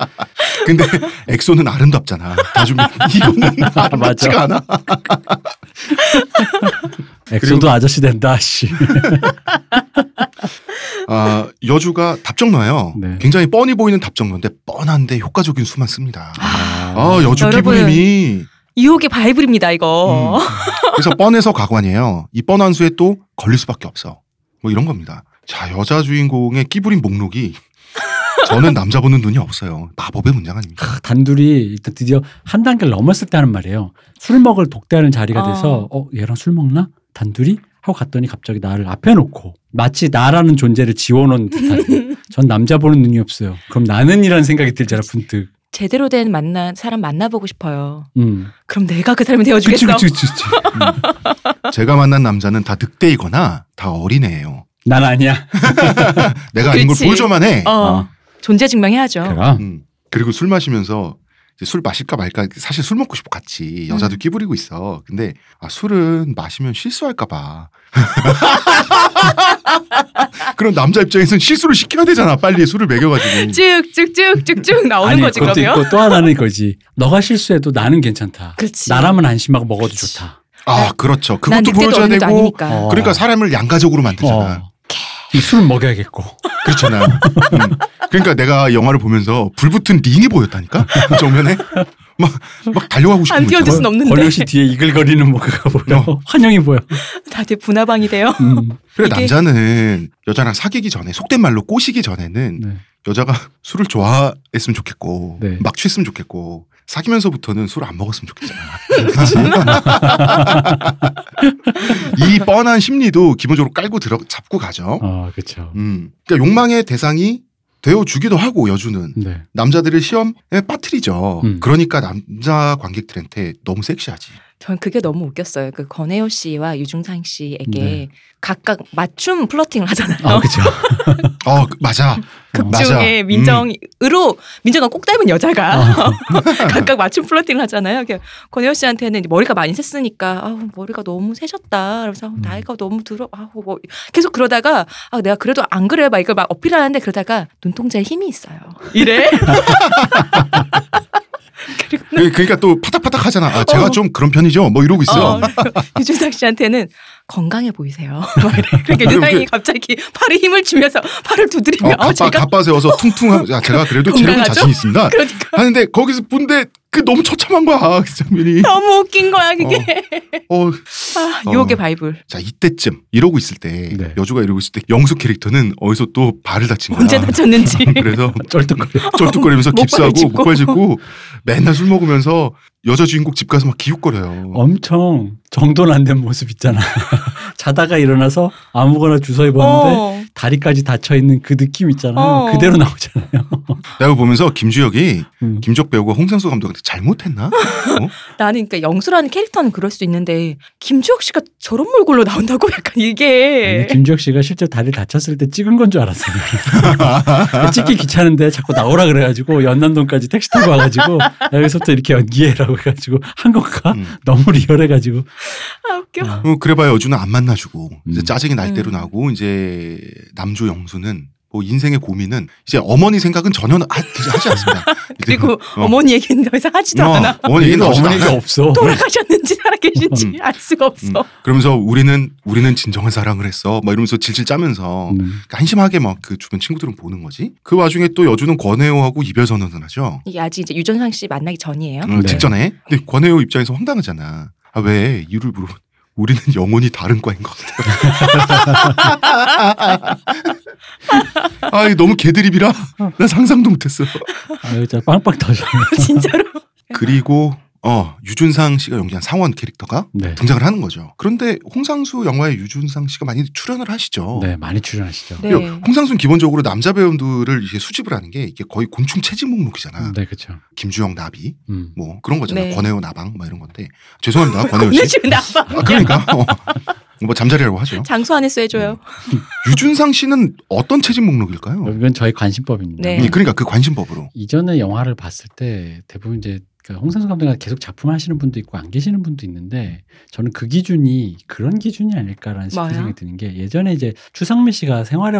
Speaker 1: 근데 엑소는 아름답잖아. 다좀 이거는 아름답지가 않아.
Speaker 3: 엑소도 네, 아저씨 된다 씨.
Speaker 1: 아, 여주가 답정너예요.
Speaker 3: 네.
Speaker 1: 굉장히 뻔히 보이는 답정너인데 뻔한데 효과적인 수만 씁니다. 아, 여주
Speaker 2: 여러분. 어.
Speaker 1: 기부님이
Speaker 2: 이혹의 바이블입니다
Speaker 1: 음.
Speaker 2: 이거.
Speaker 1: 그래서 뻔해서 가관이에요. 이 뻔한 수에 또 걸릴 수밖에 없어. 뭐 이런 겁니다. 자, 여자 주인공의 끼부린 목록이 저는 남자 보는 눈이 없어요. 마법의 문장 아닙니까?
Speaker 3: 크, 단둘이 일단 드디어 한 단계를 넘었을 때 하는 말이에요. 술 먹을 독대하는 자리가
Speaker 2: 어.
Speaker 3: 돼서 어 얘랑 술 먹나? 단둘이 하고 갔더니 갑자기 나를 앞에 놓고 마치 나라는 존재를 지워놓은 듯한 전 남자 보는 눈이 없어요. 그럼 나는이라는 생각이 들잖아 분뜩.
Speaker 2: 제대로 된 만나 사람 만나보고 싶어요.
Speaker 3: 음.
Speaker 2: 그럼 내가 그 사람이
Speaker 3: 그치
Speaker 2: 되어주겠어.
Speaker 3: 그치 그치. 그치.
Speaker 1: 제가 만난 남자는 다 늑대이거나 다 어린애예요.
Speaker 3: 난 아니야.
Speaker 1: 내가 아닌 걸
Speaker 2: 그치.
Speaker 1: 보여줘만 해.
Speaker 2: 어.
Speaker 3: 어.
Speaker 2: 존재 증명해야죠.
Speaker 3: 제가
Speaker 1: 음. 그리고 술 마시면서 이제 술 마실까 말까 사실 술 먹고 싶어 같이
Speaker 2: 음.
Speaker 1: 여자도 끼부리고 있어. 근데 아, 술은 마시면 실수할까 봐. 그럼 남자 입장에선 실수를 시켜야 되잖아. 빨리 술을 먹여가지고.
Speaker 2: 쭉쭉쭉쭉쭉 나오는
Speaker 3: 아니
Speaker 2: 거지
Speaker 3: 그것도
Speaker 2: 그러면.
Speaker 3: 있고 또 하나는 이거지. 너가 실수해도 나는 괜찮다.
Speaker 2: 그렇지.
Speaker 3: 나라면 안심하고 먹어도 좋다.
Speaker 1: 아 그렇죠. 그것도
Speaker 2: 난 늑대도
Speaker 1: 보여줘야
Speaker 2: 어린애도
Speaker 1: 되고.
Speaker 2: 아니니까.
Speaker 3: 어.
Speaker 1: 그러니까 사람을 양가적으로 만들잖아.
Speaker 3: 어. 이 술은 먹여야겠고.
Speaker 1: 그렇잖아. 음. 그러니까 내가 영화를 보면서 불붙은 린이 보였다니까 정면에 막 막 달려가고 싶은
Speaker 2: 안
Speaker 1: 거
Speaker 2: 뛰어들
Speaker 1: 있잖아.
Speaker 2: 순 없는데
Speaker 3: 권력시 뒤에 이글거리는 뭐가 보여.
Speaker 1: 어.
Speaker 3: 환영이 보여.
Speaker 2: 다들 분화방이 돼요.
Speaker 3: 음.
Speaker 1: 그래
Speaker 2: 이게-
Speaker 1: 남자는 여자랑 사귀기 전에 속된 말로 꼬시기 전에는
Speaker 3: 네.
Speaker 1: 여자가 술을 좋아했으면 좋겠고
Speaker 3: 네.
Speaker 1: 막 취했으면 좋겠고 사귀면서부터는 술을 안 먹었으면 좋겠잖아. 이 뻔한 심리도 기본적으로 깔고 들어 잡고 가죠.
Speaker 3: 아, 그렇죠.
Speaker 1: 음, 그러니까 욕망의 대상이 되어 주기도 하고 여주는
Speaker 3: 네.
Speaker 1: 남자들을 시험에 빠뜨리죠.
Speaker 3: 음.
Speaker 1: 그러니까 남자 관객들한테 너무 섹시하지.
Speaker 2: 전 그게 너무 웃겼어요. 그 권혜호 씨와 유중상 씨에게
Speaker 3: 네.
Speaker 2: 각각 맞춤 플러팅을 하잖아요.
Speaker 3: 아, 그렇죠.
Speaker 1: 어 그- 맞아. 맞아.
Speaker 2: 중에
Speaker 1: 음. 어.
Speaker 2: 민정으로 민정과 꼭 닮은 여자가
Speaker 3: 아.
Speaker 2: 각각 맞춤 플러팅을 하잖아요. 그냥 권혜호 씨한테는 이제 머리가 많이 샜으니까 아우 머리가 너무 새셨다. 그래서
Speaker 1: 음.
Speaker 2: 아우, 나이가 너무 들어. 아우 뭐 계속 그러다가 아 내가 그래도 안 그래 막 이걸 막 어필하는데 그러다가 눈동자에 힘이 있어요. 이래. 그리고
Speaker 1: 그- 그러니까 또 파닥파닥 하잖아. 아, 제가
Speaker 2: 어.
Speaker 1: 좀 그런 편이죠. 뭐 이러고 있어.
Speaker 2: 어, 그리고 유준상 씨한테는 건강해 보이세요. 막 이래. 그러니까
Speaker 1: 아니,
Speaker 2: 유준상이
Speaker 1: 그-
Speaker 2: 갑자기 팔에 힘을 주면서 팔을 두드리며
Speaker 1: 어,
Speaker 2: 아,
Speaker 1: 갑바,
Speaker 2: 제가
Speaker 1: 갑바 세워서 퉁퉁하면서 아, 제가 그래도 체력은
Speaker 2: 건강하죠?
Speaker 1: 자신 있습니다.
Speaker 2: 그러니까
Speaker 1: 하는데 거기서 본데 그 너무 처참한 거야 그 장면이.
Speaker 2: 너무 웃긴 거야 그게.
Speaker 1: 어,
Speaker 2: 아,
Speaker 1: 어.
Speaker 2: 유혹의 바이블.
Speaker 1: 자 이때쯤 이러고 있을 때
Speaker 3: 네.
Speaker 1: 여주가 이러고 있을 때 영수 캐릭터는 어디서 또 발을 다친 거야.
Speaker 2: 언제 다쳤는지.
Speaker 1: 그래서
Speaker 3: 쩔뚝거려.
Speaker 1: 쫄뚝거리면서
Speaker 2: 목발
Speaker 1: 깁스하고
Speaker 2: 짚고.
Speaker 1: 목발 짚고 맨날 술 먹으면서 여자 주인공 집 가서 막 기웃거려요.
Speaker 3: 어. 엄청 정돈 안 된 모습 있잖아. 자다가 일어나서 아무거나 주워 입었는데
Speaker 2: 어.
Speaker 3: 다리까지 다쳐 있는 그 느낌 있잖아.
Speaker 2: 어.
Speaker 3: 그대로 나오잖아요.
Speaker 1: 내가 보면서 김주혁이
Speaker 3: 음.
Speaker 1: 김적 배우가 홍상수 감독한테 잘못했나? 어?
Speaker 2: 나는 그러니까 영수라는 캐릭터는 그럴 수 있는데 김주혁 씨가 저런 몰골로 나온다고 약간 이게
Speaker 3: 아니, 김주혁 씨가 실제 다리 다쳤을 때 찍은 건 줄 알았어요. 찍기 귀찮은데 자꾸 나오라 그래가지고 연남동까지 택시 타고 와가지고 여기서부터 이렇게 연기해라고 해가지고 한 것과
Speaker 1: 음.
Speaker 3: 너무 리얼해가지고
Speaker 2: 아 웃겨.
Speaker 3: 아,
Speaker 1: 어, 그래봐야 여주는 안 만나주고 이제
Speaker 3: 음.
Speaker 1: 짜증이 날 대로
Speaker 2: 음.
Speaker 1: 나고 이제 남주 영수는 뭐 인생의 고민은 이제 어머니 생각은 전혀 하, 하지 않습니다.
Speaker 2: 그리고
Speaker 1: 어.
Speaker 2: 어. 머니 얘기는 더 이상 하지도
Speaker 1: 어,
Speaker 2: 않아.
Speaker 1: 어머니 얘기는 나오지도
Speaker 3: 어머니가
Speaker 1: 않아요.
Speaker 3: 없어.
Speaker 2: 돌아가셨는지 살아계신지
Speaker 1: 음.
Speaker 2: 알 수가 없어.
Speaker 1: 음. 그러면서 우리는 우리는 진정한 사랑을 했어. 막 이러면서 질질 짜면서
Speaker 3: 음.
Speaker 1: 한심하게 막 그 주변 친구들은 보는 거지. 그 와중에 또 여주는 권혜호하고 이별 선언을 하죠.
Speaker 2: 이게 아직 이제 유전상 씨 만나기 전이에요.
Speaker 1: 음,
Speaker 3: 네.
Speaker 1: 직전에. 근데 권혜호 입장에서 황당하잖아. 아, 왜 이유를 물어보. 우리는 영혼이 다른 과인 것 같아. 아, 이거 너무 개드립이라 나 상상도 못했어.
Speaker 3: 아, 여자 빵빵 터지네.
Speaker 2: 진짜로.
Speaker 1: 그리고 어 유준상 씨가 연기한 상원 캐릭터가
Speaker 3: 네.
Speaker 1: 등장을 하는 거죠. 그런데 홍상수 영화에 유준상 씨가 많이 출연을 하시죠.
Speaker 3: 네, 많이 출연하시죠.
Speaker 2: 네.
Speaker 1: 그리고 홍상수는 기본적으로 남자 배우들을 이제 수집을 하는 게 이게 거의 곤충 채집 목록이잖아.
Speaker 3: 네, 그렇죠.
Speaker 1: 김주영 나비
Speaker 3: 음.
Speaker 1: 뭐 그런 거잖아.
Speaker 2: 네. 아,
Speaker 1: 권혜호 나방 막 이런 건데 죄송합니다 권혜호 씨.
Speaker 2: 보내주면 나빠.
Speaker 1: 아, 그러니까 어. 뭐 잠자리라고 하죠.
Speaker 2: 장소 안에서 해줘요.
Speaker 1: 유준상 씨는 어떤 체질 목록일까요?
Speaker 3: 이건 저희 관심법입니다.
Speaker 2: 네.
Speaker 1: 음, 그러니까 그 관심법으로.
Speaker 3: 이전에 영화를 봤을 때 대부분 이제 그러니까 홍상수 감독이 계속 작품 하시는 분도 있고 안 계시는 분도 있는데 저는 그 기준이 그런 기준이 아닐까라는 싶은
Speaker 2: 뭐요?
Speaker 3: 생각이 드는 게 예전에 이제 추상미 씨가 생활의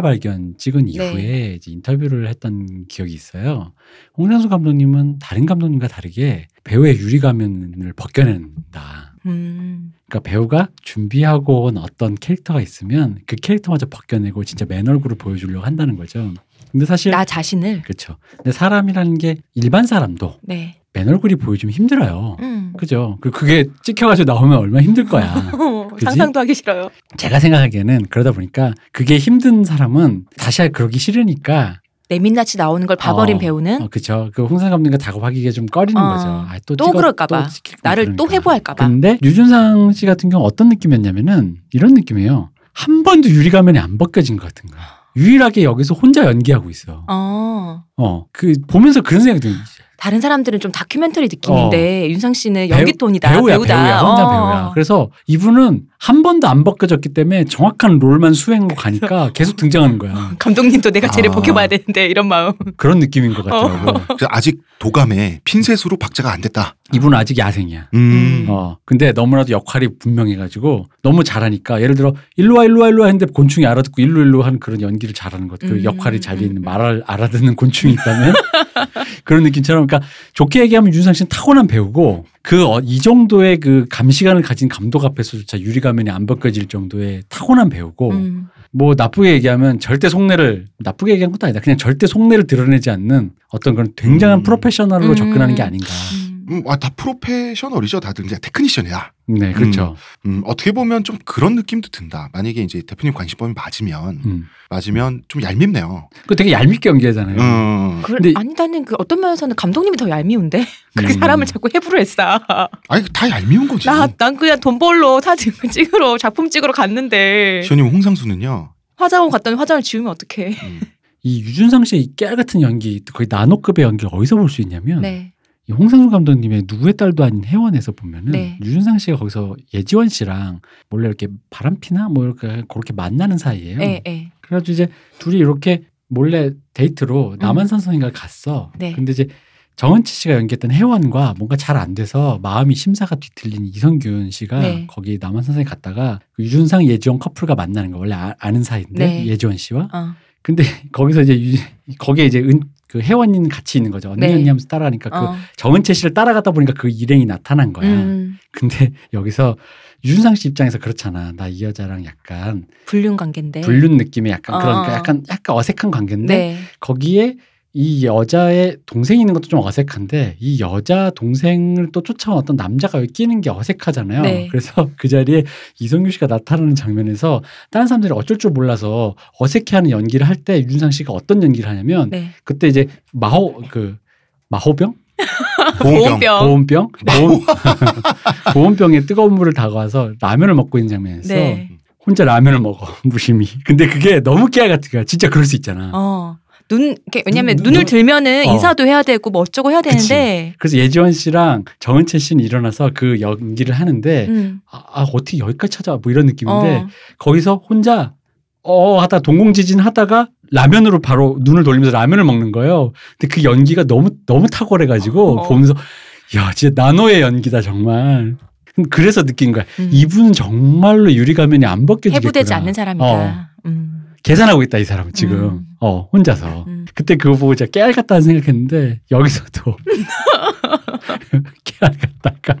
Speaker 2: 네.
Speaker 3: 발견 찍은 이후에 이제 인터뷰를 했던 기억이 있어요. 홍상수 감독님은 다른 감독님과 다르게 배우의 유리감을 벗겨낸다.
Speaker 2: 음.
Speaker 3: 그러니까 배우가 준비하고 온 어떤 캐릭터가 있으면 그 캐릭터마저 벗겨내고 진짜 맨 얼굴을 보여주려고 한다는 거죠. 근데 사실
Speaker 2: 음. 나 자신을.
Speaker 3: 그렇죠. 근데 사람이라는 게 일반 사람도
Speaker 2: 네.
Speaker 3: 맨 얼굴이 보여주면 힘들어요.
Speaker 2: 음.
Speaker 3: 그죠? 그- 그게 찍혀가지고 나오면 얼마나 힘들 거야.
Speaker 2: 어,
Speaker 3: 그지?
Speaker 2: 상상도 하기 싫어요.
Speaker 3: 제가 생각하기에는 그러다 보니까 그게 힘든 사람은 다시 그러기 싫으니까
Speaker 2: 내민낯이 나오는 걸 봐버린
Speaker 3: 어,
Speaker 2: 배우는
Speaker 3: 어, 그죠? 그 홍상 감독과 작업하기가 좀 꺼리는
Speaker 2: 어,
Speaker 3: 거죠. 아, 또,
Speaker 2: 또
Speaker 3: 찍어-
Speaker 2: 그럴까 봐.
Speaker 3: 찍힐까
Speaker 2: 나를 또
Speaker 3: 그러니까.
Speaker 2: 해보할까봐.
Speaker 3: 근데 유준상 씨 같은 경우 어떤 느낌이었냐면은 이런 느낌이에요. 한 번도 유리가면이 안 벗겨진 것 같은 거야. 유일하게 여기서 혼자 연기하고 있어.
Speaker 2: 어.
Speaker 3: 어, 그 보면서 그런 생각이 드는 거지.
Speaker 2: 다른 사람들은 좀 다큐멘터리 느낌인데 윤상 씨는
Speaker 3: 배우-
Speaker 2: 연기톤이다.
Speaker 3: 어. 배우야,
Speaker 2: 배우다.
Speaker 3: 배우야, 혼자
Speaker 2: 어.
Speaker 3: 배우야. 그래서 이분은 한 번도 안 벗겨졌기 때문에 정확한 롤만 수행하고 가니까 계속 등장하는 거야.
Speaker 2: 감독님도 내가 쟤를
Speaker 3: 아.
Speaker 2: 벗겨봐야 되는데 이런 마음.
Speaker 3: 그런 느낌인 것
Speaker 1: 어.
Speaker 2: 어.
Speaker 3: 같더라고.
Speaker 1: 그래서 아직 도감에 핀셋으로 박자가 안 됐다.
Speaker 3: 이분은 아직 야생이야.
Speaker 1: 음.
Speaker 3: 어, 근데 너무나도 역할이 분명해가지고 너무 잘하니까 예를 들어 일로 와 일로 와 일로 와 했는데 곤충이 알아듣고 일로 일로 하는 그런 연기를 잘하는 것, 그
Speaker 2: 음,
Speaker 3: 역할이 잘 돼 있는
Speaker 2: 음,
Speaker 3: 말을 알아듣는 곤충이 있다면 그런 느낌처럼, 그러니까 좋게 얘기하면 윤상 씨는 타고난 배우고 그 이 정도의 그 감시관을 가진 감독 앞에서조차 유리가면이 안 벗겨질 정도의 타고난 배우고
Speaker 2: 음.
Speaker 3: 뭐 나쁘게 얘기하면 절대 속내를 나쁘게 얘기한 것도 아니다. 그냥 절대 속내를 드러내지 않는 어떤 그런 굉장한
Speaker 1: 음.
Speaker 3: 프로페셔널로
Speaker 2: 음.
Speaker 3: 접근하는 게 아닌가.
Speaker 2: 음.
Speaker 1: 음, 아, 다 프로페셔널이죠. 다들 그냥 테크니션이야.
Speaker 3: 네, 그렇죠.
Speaker 1: 음, 어떻게 보면 좀 그런 느낌도 든다. 만약에 이제 대표님 관심법이 맞으면
Speaker 3: 음.
Speaker 1: 맞으면 좀 얄밉네요.
Speaker 3: 그 되게 얄밉게 연기하잖아요.
Speaker 1: 음.
Speaker 2: 그,
Speaker 3: 근데-
Speaker 2: 아니다는 그 어떤 면에서는 감독님이 더 얄미운데 그렇게
Speaker 3: 음.
Speaker 2: 사람을 자꾸 해부를 했어.
Speaker 1: 아니 다 얄미운 거지.
Speaker 2: 나 난 그냥 돈 벌러 사진 찍으러 작품 찍으러 갔는데
Speaker 1: 시원님 홍상수는요.
Speaker 2: 화장하고 갔더니 화장을 지우면 어떡해.
Speaker 1: 음,
Speaker 3: 이 유준상 씨의 이 깨알같은 연기, 거의 나노급의 연기를 어디서 볼 수 있냐면
Speaker 2: 네.
Speaker 3: 이 홍상수 감독님의 누구의 딸도 아닌 회원에서 보면은
Speaker 2: 네.
Speaker 3: 유준상 씨가 거기서 예지원 씨랑 몰래 이렇게 바람피나 뭐 이렇게 그렇게 만나는 사이예요.
Speaker 2: 예, 예.
Speaker 3: 그래가지고 이제 둘이 이렇게 몰래 데이트로 남한산성인가 갔어.
Speaker 2: 음. 네.
Speaker 3: 근데 이제 정은치 씨가 연기했던 혜원과 뭔가 잘 안 돼서 마음이 심사가 뒤틀린 이성균 씨가
Speaker 2: 네.
Speaker 3: 거기 남한산성에 갔다가 그 유준상 예지원 커플과 만나는 거 원래 아, 는 사이인데
Speaker 2: 네.
Speaker 3: 예지원 씨와
Speaker 2: 어.
Speaker 3: 근데 거기서 이제 유, 거기에 이제 은, 그 혜원이는 같이 있는 거죠. 언니
Speaker 2: 네.
Speaker 3: 언니 하면서 따라가니까 그
Speaker 2: 어.
Speaker 3: 정은채 씨를 따라가다 보니까 그 일행이 나타난 거야.
Speaker 2: 음.
Speaker 3: 근데 여기서 유준상 씨 입장에서 그렇잖아. 나 이 여자랑 약간
Speaker 2: 불륜 관계인데.
Speaker 3: 불륜 느낌의 약간 그런
Speaker 2: 어.
Speaker 3: 약간 약간 어색한 관계인데
Speaker 2: 네.
Speaker 3: 거기에 이 여자의 동생이 있는 것도 좀 어색한데 이 여자 동생을 또 쫓아온 어떤 남자가 여기 끼는 게 어색하잖아요.
Speaker 2: 네.
Speaker 3: 그래서 그 자리에 이성규 씨가 나타나는 장면에서 다른 사람들이 어쩔 줄 몰라서 어색해하는 연기를 할 때 윤상 씨가 어떤 연기를 하냐면
Speaker 2: 네.
Speaker 3: 그때 이제 마호 그 마호병
Speaker 1: 보험병.
Speaker 2: 어?
Speaker 3: 보온병 보온 보온병에 뜨거운 물을 다가와서 라면을 먹고 있는 장면에서
Speaker 2: 네.
Speaker 3: 혼자 라면을 먹어 무심히 근데 그게 너무 깨알 같은 거야 진짜 그럴 수 있잖아
Speaker 2: 어. 눈 이렇게 왜냐면
Speaker 3: 음. 눈,
Speaker 2: 눈, 을
Speaker 3: 눈-
Speaker 2: 들면은
Speaker 3: 어.
Speaker 2: 인사도 해야 되고 뭐 어쩌고 해야
Speaker 3: 그치.
Speaker 2: 되는데.
Speaker 3: 그래서 예지원 씨랑 정은채 씨는 일어나서 그 연기를 하는데
Speaker 2: 음.
Speaker 3: 아, 아, 어떻게 여기까지 찾아 뭐 이런 느낌인데
Speaker 2: 어.
Speaker 3: 거기서 혼자 어 하다 동공지진 하다가 라면으로 바로 눈을 돌리면서 라면을 먹는 거예요. 근데 그 연기가 너무 너무 탁월해가지고
Speaker 2: 어.
Speaker 3: 보면서 야 진짜 나노의 연기다 정말. 그래서 느낀 거야.
Speaker 2: 음.
Speaker 3: 이분은 정말로 유리가면이 안 벗겨지겠구나. 어.
Speaker 2: 해부되지 않는 사람이다. 음.
Speaker 3: 계산하고 있다 이 사람은 지금
Speaker 2: 음.
Speaker 3: 어 혼자서
Speaker 2: 음.
Speaker 3: 그때 그거 보고 진짜 깨알 같다는 생각했는데 여기서도 깨알 같다가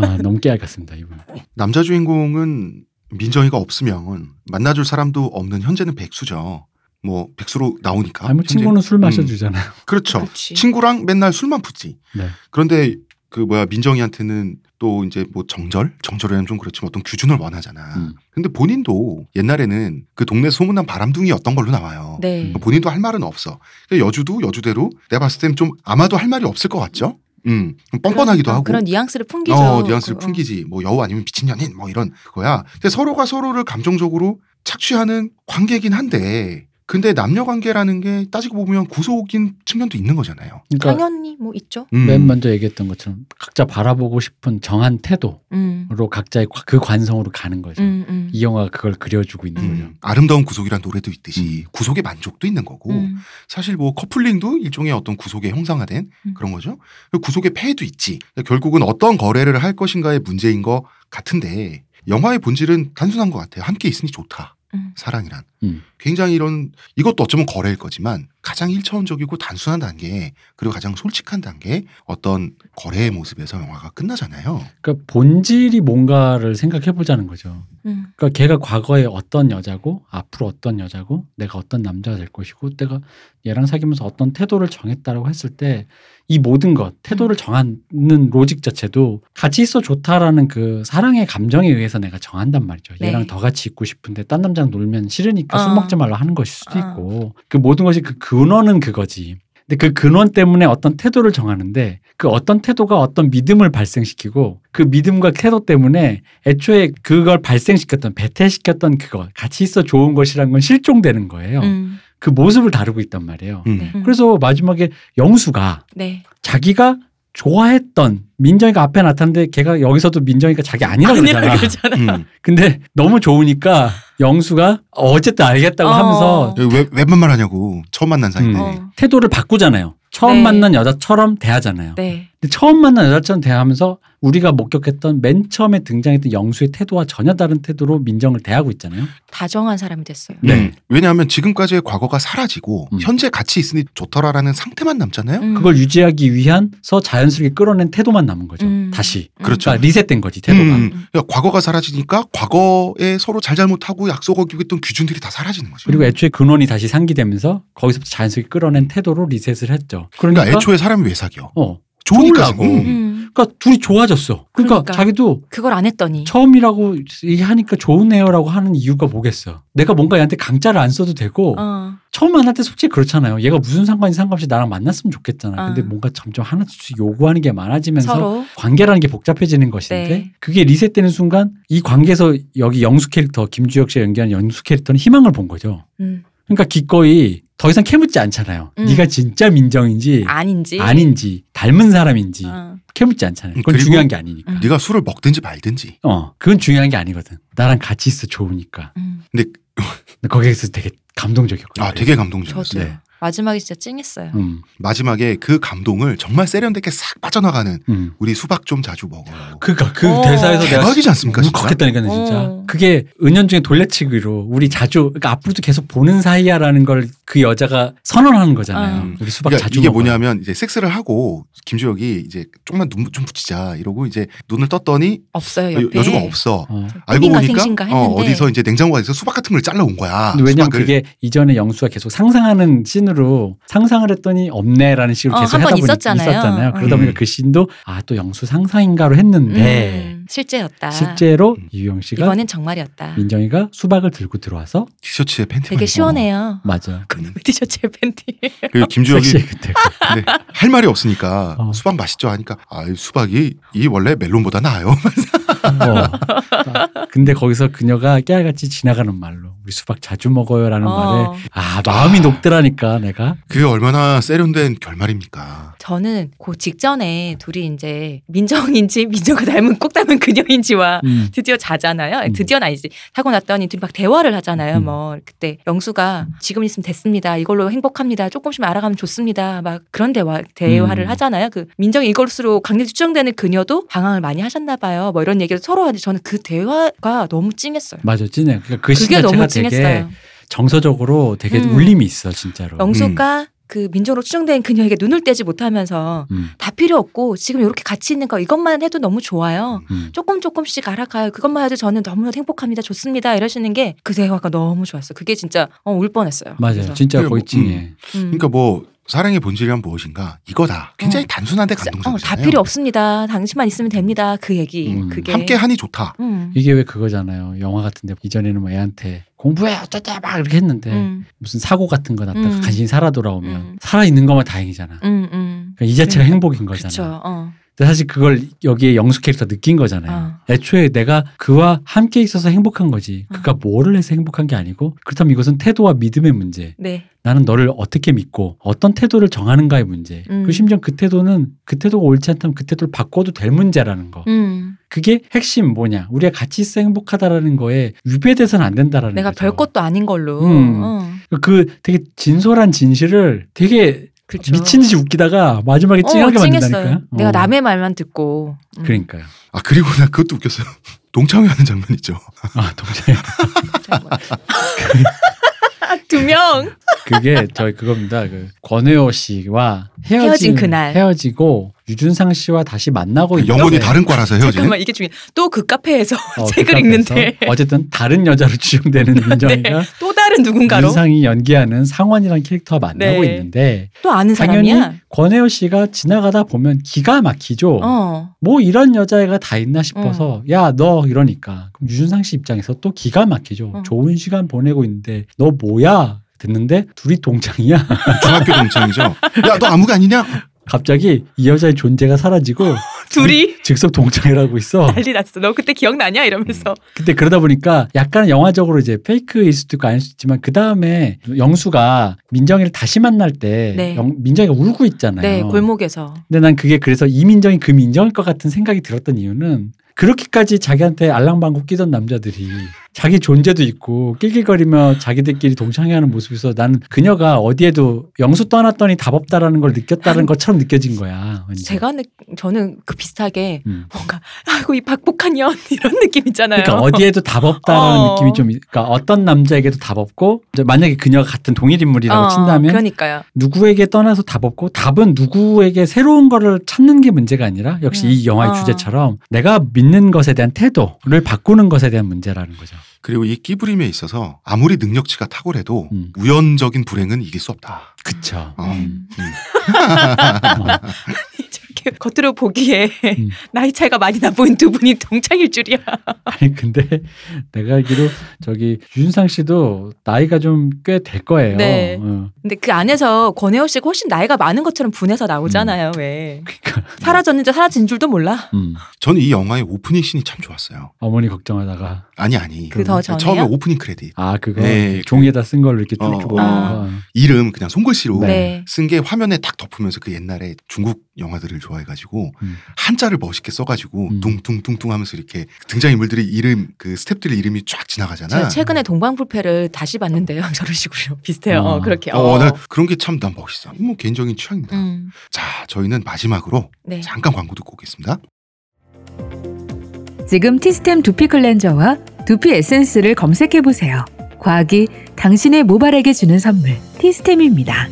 Speaker 3: 아 너무 깨알 같습니다 이분
Speaker 1: 남자 주인공은 민정이가 없으면 만나줄 사람도 없는 현재는 백수죠. 뭐 백수로 나오니까.
Speaker 3: 아무
Speaker 1: 현재-
Speaker 3: 뭐 친구는 술 마셔주잖아요
Speaker 1: 그렇죠.
Speaker 2: 그렇지.
Speaker 1: 친구랑 맨날 술만 붓지.
Speaker 3: 네.
Speaker 1: 그런데 그 뭐야 민정이한테는 또 이제 뭐 정절, 정절이라면 좀 그렇지만 어떤 규준을 원하잖아.
Speaker 3: 음.
Speaker 1: 근데 본인도 옛날에는 그 동네 소문난 바람둥이였던 걸로 나와요.
Speaker 2: 네.
Speaker 3: 음.
Speaker 1: 본인도 할 말은 없어. 그러니까 여주도 여주대로 내가 봤을 땐 좀 아마도 할 말이 없을 것 같죠. 음, 좀 뻔뻔하기도
Speaker 2: 그런-
Speaker 1: 하고.
Speaker 2: 그런 뉘앙스를 풍기죠.
Speaker 1: 어, 뉘앙스를
Speaker 2: 그- 어.
Speaker 1: 풍기지. 뭐 여우 아니면 미친년인 뭐 이런 거야. 근데 서로가 서로를 감정적으로 착취하는 관계긴 한데 근데 남녀 관계라는 게 따지고 보면 구속인 측면도 있는 거잖아요.
Speaker 3: 그러니까
Speaker 2: 당연히 뭐 있죠.
Speaker 1: 음.
Speaker 3: 맨 먼저 얘기했던 것처럼 각자 바라보고 싶은 정한 태도로
Speaker 2: 음.
Speaker 3: 각자의 과- 그 관성으로 가는 거죠
Speaker 1: 그렇죠.
Speaker 2: 음, 음.
Speaker 3: 이 영화가 그걸 그려주고 있는 거죠
Speaker 1: 음, 아름다운 구속이란 노래도 있듯이 구속의 만족도 있는 거고
Speaker 2: 음.
Speaker 1: 사실 뭐 커플링도 일종의 어떤 구속의 형상화된
Speaker 2: 음.
Speaker 1: 그런 거죠. 구속의 폐해도 있지. 그러니까 결국은 어떤 거래를 할 것인가의 문제인 것 같은데 영화의 본질은 단순한 것 같아요. 함께 있으니 좋다.
Speaker 2: 음.
Speaker 1: 사랑이란.
Speaker 3: 음.
Speaker 1: 굉장히 이런 이것도 어쩌면 거래일 거지만 가장 일차원적이고 단순한 단계 그리고 가장 솔직한 단계 어떤 거래의 모습에서 영화가 끝나잖아요.
Speaker 3: 그러니까 본질이 뭔가를 생각해보자는 거죠
Speaker 2: 음.
Speaker 3: 그러니까 걔가 과거에 어떤 여자고 앞으로 어떤 여자고 내가 어떤 남자가 될 것이고 내가 얘랑 사귀면서 어떤 태도를 정했다라고 했을 때 이 모든 것
Speaker 2: 음.
Speaker 3: 태도를 정하는 로직 자체도 같이 있어 좋다라는 그 사랑의 감정에 의해서 내가 정한단 말이죠.
Speaker 2: 네.
Speaker 3: 얘랑 더 같이 있고 싶은데 딴 남자랑 놀면 싫으니까 술
Speaker 2: 어.
Speaker 3: 먹지 말라 하는 것일
Speaker 2: 어.
Speaker 3: 수도 있고 그 모든 것이 그 근원은 그거지. 근데 그 근원 때문에 어떤 태도를 정하는데 그 어떤 태도가 어떤 믿음을 발생시키고 그 믿음과 태도 때문에 애초에 그걸 발생시켰던 배태시켰던 그거 같이 있어 좋은 것이란 건 실종되는 거예요.
Speaker 2: 음.
Speaker 3: 그 모습을 다루고 있단 말이에요.
Speaker 1: 음.
Speaker 2: 네.
Speaker 3: 그래서 마지막에 영수가
Speaker 2: 네.
Speaker 3: 자기가 좋아했던 민정이가 앞에 나타났는데 걔가 여기서도 민정이가 자기 아니라고 그러잖아.
Speaker 2: 그러잖아.
Speaker 1: 음.
Speaker 3: 근데 너무 좋으니까 영수가 어쨌든 알겠다고
Speaker 2: 어.
Speaker 3: 하면서
Speaker 1: 왜 웬만 말하냐고 처음 만난 사이인데
Speaker 2: 어.
Speaker 3: 태도를 바꾸잖아요. 처음
Speaker 2: 네.
Speaker 3: 만난 여자처럼 대하잖아요.
Speaker 2: 네.
Speaker 3: 근데 처음 만난 여자처럼 대하면서 우리가 목격했던 맨 처음에 등장했던 영수의 태도와 전혀 다른 태도로 민정을 대하고 있잖아요.
Speaker 2: 다정한 사람이 됐어요.
Speaker 3: 네.
Speaker 1: 음. 왜냐하면 지금까지의 과거가 사라지고
Speaker 3: 음.
Speaker 1: 현재 같이 있으니 좋더라라는 상태만 남잖아요.
Speaker 2: 음.
Speaker 3: 그걸 유지하기 위한서 자연스럽게 끌어낸 태도만 남은 거죠.
Speaker 2: 음.
Speaker 3: 다시.
Speaker 2: 음.
Speaker 1: 그렇죠.
Speaker 3: 그러니까 리셋된 거지 태도가.
Speaker 1: 음, 그러니까 과거가 사라지니까 과거에 서로 잘잘못하고 약속 어기했던 규준들이 다 사라지는 거죠.
Speaker 3: 그리고 애초에 근원이 다시 상기되면서 거기서부터 자연스럽게 끌어낸 태도로 리셋을 했죠. 그러니까,
Speaker 1: 그러니까 애초에 사람이 왜 사겨?
Speaker 3: 어,
Speaker 1: 좋으니까
Speaker 3: 좋으려고.
Speaker 1: 사고.
Speaker 3: 음.
Speaker 2: 음.
Speaker 3: 그러니까 둘이 좋아졌어. 그러니까,
Speaker 2: 그러니까.
Speaker 3: 자기도
Speaker 2: 그걸 안 했더니.
Speaker 3: 처음이라고 얘기하니까 좋으네요라고 하는 이유가 뭐겠어? 내가 뭔가 얘한테 강자를 안 써도 되고
Speaker 2: 어.
Speaker 3: 처음 만날 때 솔직히 그렇잖아요. 얘가 무슨 상관이 상관없이 나랑 만났으면 좋겠잖아. 근데
Speaker 2: 아.
Speaker 3: 뭔가 점점 하나씩 요구하는 게 많아지면서
Speaker 2: 서로.
Speaker 3: 관계라는 게 복잡해지는 것인데
Speaker 2: 네.
Speaker 3: 그게 리셋되는 순간 이 관계에서 여기 영수 캐릭터 김주혁 씨가 연기한 영수 캐릭터는 희망을 본 거죠.
Speaker 2: 음.
Speaker 3: 그러니까 기꺼이 더 이상 캐묻지 않잖아요.
Speaker 2: 음.
Speaker 3: 네가 진짜
Speaker 1: 네.
Speaker 3: 민정인지
Speaker 2: 아닌지.
Speaker 3: 아닌지 닮은 사람인지
Speaker 2: 어.
Speaker 3: 캐묻지 않잖아요. 그건
Speaker 1: 그리고-
Speaker 3: 중요한 게 아니니까.
Speaker 2: 음.
Speaker 1: 네가 술을 먹든지 말든지.
Speaker 3: 어, 그건 중요한 게 아니거든. 나랑 같이 있어 좋으니까.
Speaker 2: 음.
Speaker 3: 근데 거기에서 되게 감동적이었거든.
Speaker 1: 아, 되게 감동적이었어요.
Speaker 2: 저도요.
Speaker 3: 네.
Speaker 2: 마지막에 진짜 찡했어요.
Speaker 3: 음,
Speaker 1: 마지막에 그 감동을 정말 세련되게 싹 빠져나가는
Speaker 3: 음.
Speaker 1: 우리 수박 좀 자주 먹어요.
Speaker 3: 그니까 그
Speaker 2: 어.
Speaker 3: 대사에서 내가 음,
Speaker 1: 대박이지 않습니까? 진짜?
Speaker 3: 울컥했다니까요, 진짜.
Speaker 2: 어.
Speaker 3: 그게 은연중에 돌려치기로 우리 자주, 그러니까 앞으로도 계속 보는 사이야라는 걸 그 여자가 선언하는 거잖아요.
Speaker 1: 음.
Speaker 3: 우리 수박
Speaker 1: 그러니까
Speaker 3: 자주
Speaker 1: 이게
Speaker 3: 먹어요.
Speaker 1: 뭐냐면 이제 섹스를 하고 김주혁이 이제 조금만 눈 좀 붙이자 이러고 이제 눈을 떴더니
Speaker 2: 없어요.
Speaker 1: 여,
Speaker 2: 옆에.
Speaker 1: 주가 없어.
Speaker 3: 그 어.
Speaker 1: 알고 보니까
Speaker 2: 생긴가 생신가
Speaker 1: 어,
Speaker 2: 했는데.
Speaker 1: 어디서 이제 냉장고 안에서 수박 같은 걸 잘라온 거야.
Speaker 3: 근데 왜냐면
Speaker 1: 수박을.
Speaker 3: 그게 이전에 영수가 계속 상상하는 씬으로 상상을 했더니 없네라는 식으로
Speaker 2: 어,
Speaker 3: 계속
Speaker 2: 한번
Speaker 3: 하다 보니
Speaker 2: 있었잖아요.
Speaker 3: 있었잖아요. 그러다
Speaker 1: 음.
Speaker 3: 보니까 그 씬도 아 또 영수 상상인가로 했는데
Speaker 1: 네.
Speaker 2: 음, 실제였다.
Speaker 3: 실제로
Speaker 1: 음.
Speaker 3: 이유영 씨가
Speaker 2: 이번엔 정말이었다.
Speaker 3: 민정이가 수박을 들고 들어와서
Speaker 1: 티셔츠에 팬티만
Speaker 2: 되게
Speaker 1: 입고.
Speaker 2: 시원해요.
Speaker 1: 음.
Speaker 3: 맞아.
Speaker 2: 그놈의 티셔츠에 팬티.
Speaker 1: 그리고 김주혁이
Speaker 3: 섹시해 그때.
Speaker 1: 네. 할 말이 없으니까
Speaker 3: 어.
Speaker 1: 수박 맛있죠 하니까 아, 이 수박이 이 원래 멜론보다 나아요.
Speaker 3: 어. 근데 거기서 그녀가 깨알같이 지나가는 말로 우리 수박 자주 먹어요라는
Speaker 2: 어.
Speaker 3: 말에 아 마음이
Speaker 1: 아.
Speaker 3: 녹더라니까 내가
Speaker 1: 그게 얼마나 세련된 결말입니까?
Speaker 2: 저는 그 직전에 둘이 이제 민정인지 민정을 닮은 꼭 닮은 그녀인지와
Speaker 3: 음.
Speaker 2: 드디어 자잖아요. 아니,
Speaker 3: 음.
Speaker 2: 드디어는 아니지. 하고 났더니 둘이 막 대화를 하잖아요.
Speaker 3: 음.
Speaker 2: 뭐 그때 영수가 지금 있으면 됐습니다. 이걸로 행복합니다. 조금씩 알아가면 좋습니다. 막 그런 대화 대화를
Speaker 3: 음. 하잖아요.
Speaker 2: 하잖아요. 그 민정이 이걸수록 강력 추정되는 그녀도 방황을 많이 하셨나 봐요. 뭐 이런 얘기를 서로 하는데 저는 그 대화가 너무 찡했어요.
Speaker 3: 맞아 찐해. 그러니까 그신
Speaker 2: 그게
Speaker 3: 자체가
Speaker 2: 너무
Speaker 3: 되게
Speaker 2: 찡했어요.
Speaker 3: 정서적으로 되게
Speaker 2: 음.
Speaker 3: 울림이 있어 진짜로.
Speaker 2: 영수가 그 민정으로 추정된 그녀에게 눈을 떼지 못하면서
Speaker 3: 음,
Speaker 2: 다 필요 없고 지금 이렇게 같이 있는 거 이것만 해도 너무 좋아요.
Speaker 3: 음.
Speaker 2: 조금 조금씩 알아가요. 그것만 해도 저는 너무나 행복합니다. 좋습니다. 이러시는 게 그 대화가 너무 좋았어요. 그게 진짜 어, 울 뻔했어요.
Speaker 3: 맞아요.
Speaker 2: 그래서,
Speaker 3: 진짜
Speaker 1: 그게 뭐,
Speaker 3: 거의 찡해.
Speaker 2: 음.
Speaker 1: 그러니까 뭐 사랑의 본질이란 무엇인가 이거다. 굉장히
Speaker 2: 어.
Speaker 1: 단순한데
Speaker 2: 어,
Speaker 1: 감동적이잖아요.
Speaker 2: 다 필요 없습니다. 당신만 있으면 됩니다. 그 얘기.
Speaker 3: 음.
Speaker 2: 그게
Speaker 1: 함께 하니 좋다.
Speaker 2: 음.
Speaker 3: 이게 왜 그거잖아요. 영화 같은데 이전에는 뭐 애한테 공부해 어쩌자 막 이렇게 했는데
Speaker 2: 음.
Speaker 3: 무슨 사고 같은 거 났다가
Speaker 2: 음.
Speaker 3: 간신히 살아 돌아오면
Speaker 2: 음.
Speaker 3: 살아 있는 것만 다행이잖아.
Speaker 2: 음, 음.
Speaker 3: 그러니까 이 자체가
Speaker 2: 그래.
Speaker 3: 행복인 거잖아.
Speaker 2: 그렇죠. 어.
Speaker 3: 근데 사실 그걸 여기에 영수 캐릭터 느낀 거잖아요.
Speaker 2: 아.
Speaker 3: 애초에 내가 그와 함께 있어서 행복한 거지.
Speaker 2: 아.
Speaker 3: 그가 뭐를 해서 행복한 게 아니고 그렇다면 이것은 태도와 믿음의 문제.
Speaker 2: 네.
Speaker 3: 나는 너를 어떻게 믿고 어떤 태도를 정하는가의 문제.
Speaker 2: 음.
Speaker 3: 그 심지어 그 태도는 그 태도가 옳지 않다면 그 태도를 바꿔도 될 문제라는 거.
Speaker 2: 음.
Speaker 3: 그게 핵심 뭐냐? 우리가 같이 있어 행복하다라는 거에 유배돼서는 안 된다라는
Speaker 2: 음. 내가
Speaker 3: 거죠.
Speaker 2: 별 것도 아닌 걸로.
Speaker 3: 음.
Speaker 2: 어.
Speaker 3: 그 되게 진솔한 진실을 되게
Speaker 2: 그렇죠.
Speaker 3: 미친 듯이 웃기다가 마지막에
Speaker 2: 어,
Speaker 3: 찡하게
Speaker 2: 찡했어요.
Speaker 3: 만든다니까요.
Speaker 2: 내가
Speaker 3: 어.
Speaker 2: 남의 말만 듣고. 음.
Speaker 3: 그러니까요.
Speaker 1: 아 그리고 나 그것도 웃겼어요. 동창회하는 장면 있죠.
Speaker 3: 아 동생
Speaker 2: 두 명.
Speaker 3: 그게 저희 그겁니다. 그 권혜호 씨와 헤어진,
Speaker 2: 헤어진 그날.
Speaker 3: 헤어지고 유준상 씨와 다시 만나고 있는데
Speaker 1: 그 영혼이 다른 과라서
Speaker 3: 네?
Speaker 1: 헤어지는.
Speaker 2: 어, 네. 잠깐만 이게 중요해. 또 그 카페에서
Speaker 3: 어,
Speaker 2: 책을
Speaker 3: 그 카페에서
Speaker 2: 읽는데 네,
Speaker 3: 어쨌든 다른 여자로 추정되는 민정이가
Speaker 2: 또 다른 누군가로
Speaker 3: 유준상이 연기하는 상원이라는 캐릭터와 만나고
Speaker 2: 네.
Speaker 3: 있는데
Speaker 2: 또 아는
Speaker 3: 당연히
Speaker 2: 사람이야.
Speaker 3: 권혜호 씨가 지나가다 보면 기가 막히죠.
Speaker 2: 어.
Speaker 3: 뭐 이런 여자애가 다 있나 싶어서 야 너 이러니까 그럼 유준상 씨 입장에서 또 기가 막히죠.
Speaker 2: 어.
Speaker 3: 좋은 시간 보내고 있는데 너 뭐야? 됐는데 둘이 동창이야.
Speaker 1: 중학교 동창이죠. 야 너 아무가 아니냐?
Speaker 3: 갑자기 이 여자의 존재가 사라지고
Speaker 2: 둘이
Speaker 3: 즉석 동창을 하고 있어.
Speaker 2: 난리 났어. 너 그때 기억나냐 이러면서.
Speaker 3: 근데 그러다 보니까 약간 영화적으로 이제 페이크일 수도 있고 아닐 수도 있지만 그 다음에 영수가 민정이를 다시 만날 때
Speaker 2: 네.
Speaker 3: 영- 민정이가 울고 있잖아요.
Speaker 2: 네, 골목에서.
Speaker 3: 근데 난 그게 그래서 이 민정이 그 민정일 것 같은 생각이 들었던 이유는 그렇게까지 자기한테 알랑방구 끼던 남자들이 자기 존재도 있고 낄낄거리며 자기들끼리 동창회하는 모습에서 나는 그녀가 어디에도 영수 떠났더니 답 없다라는 걸 느꼈다는 것처럼 느껴진 거야. 완전.
Speaker 2: 제가 느- 저는 그 비슷하게
Speaker 3: 음.
Speaker 2: 뭔가 아이고 이 박복한 년 이런 느낌 있잖아요.
Speaker 3: 그러니까 어디에도 답 없다라는
Speaker 2: 어.
Speaker 3: 느낌이 좀 있- 그러니까 어떤 남자에게도 답 없고 이제 만약에 그녀가 같은 동일 인물이라고
Speaker 2: 어,
Speaker 3: 친다면
Speaker 2: 그러니까요.
Speaker 3: 누구에게 떠나서 답 없고 답은 누구에게 새로운 거를 찾는 게 문제가 아니라 역시
Speaker 2: 음.
Speaker 3: 이 영화의
Speaker 2: 어.
Speaker 3: 주제처럼 내가 믿는 것에 대한 태도를 바꾸는 것에 대한 문제라는 거죠.
Speaker 1: 그리고 이 끼부림에 있어서 아무리 능력치가 탁월해도
Speaker 3: 음.
Speaker 1: 우연적인 불행은 이길 수 없다.
Speaker 3: 그쵸.
Speaker 1: 어.
Speaker 2: 음.
Speaker 1: 음.
Speaker 2: 저렇게 겉으로 보기에
Speaker 3: 음.
Speaker 2: 나이 차이가 많이 나 보인 두 분이 동창일 줄이야.
Speaker 3: 아니 근데 내가 알기로 저기 윤상 씨도 나이가 좀 꽤 될 거예요.
Speaker 2: 네.
Speaker 3: 어.
Speaker 2: 근데 그 안에서 권혜호 씨가 훨씬 나이가 많은 것처럼 분해서 나오잖아요. 왜
Speaker 3: 음. 그러니까
Speaker 2: 사라졌는지 사라진 줄도 몰라.
Speaker 3: 음.
Speaker 1: 저는 이 영화의 오프닝 씬이 참 좋았어요.
Speaker 3: 어머니 걱정하다가
Speaker 1: 아니 아니.
Speaker 2: 그 더 전에요?
Speaker 1: 처음에 오프닝 크레딧
Speaker 3: 아 그거
Speaker 1: 네,
Speaker 3: 종이에다 쓴 걸로 이렇게
Speaker 1: 어.
Speaker 3: 뚫고
Speaker 2: 아.
Speaker 1: 이름 그냥 손글씨로
Speaker 2: 네.
Speaker 1: 쓴 게 화면에 딱 덮으면서 그 옛날에 중국 영화들을 좋아해가지고
Speaker 3: 음.
Speaker 1: 한자를 멋있게 써가지고
Speaker 3: 음.
Speaker 1: 둥둥둥둥하면서 이렇게 등장인물들이 이름 그 스탭들의 이름이 쫙
Speaker 2: 제가
Speaker 1: 지나가잖아.
Speaker 2: 최근에 동방불패를 다시 봤는데요. 저런 식으로 비슷해요.
Speaker 3: 어.
Speaker 2: 어, 그렇게. 어.
Speaker 1: 어, 나 그런 게 참 난 멋있어. 뭐 개인적인 취향입니다.
Speaker 2: 음.
Speaker 1: 자, 저희는 마지막으로
Speaker 2: 네.
Speaker 1: 잠깐 광고 듣고 오겠습니다.
Speaker 4: 지금 티스템 두피 클렌저와 두피 에센스를 검색해 보세요. 과학이 당신의 모발에게 주는 선물 티스템입니다.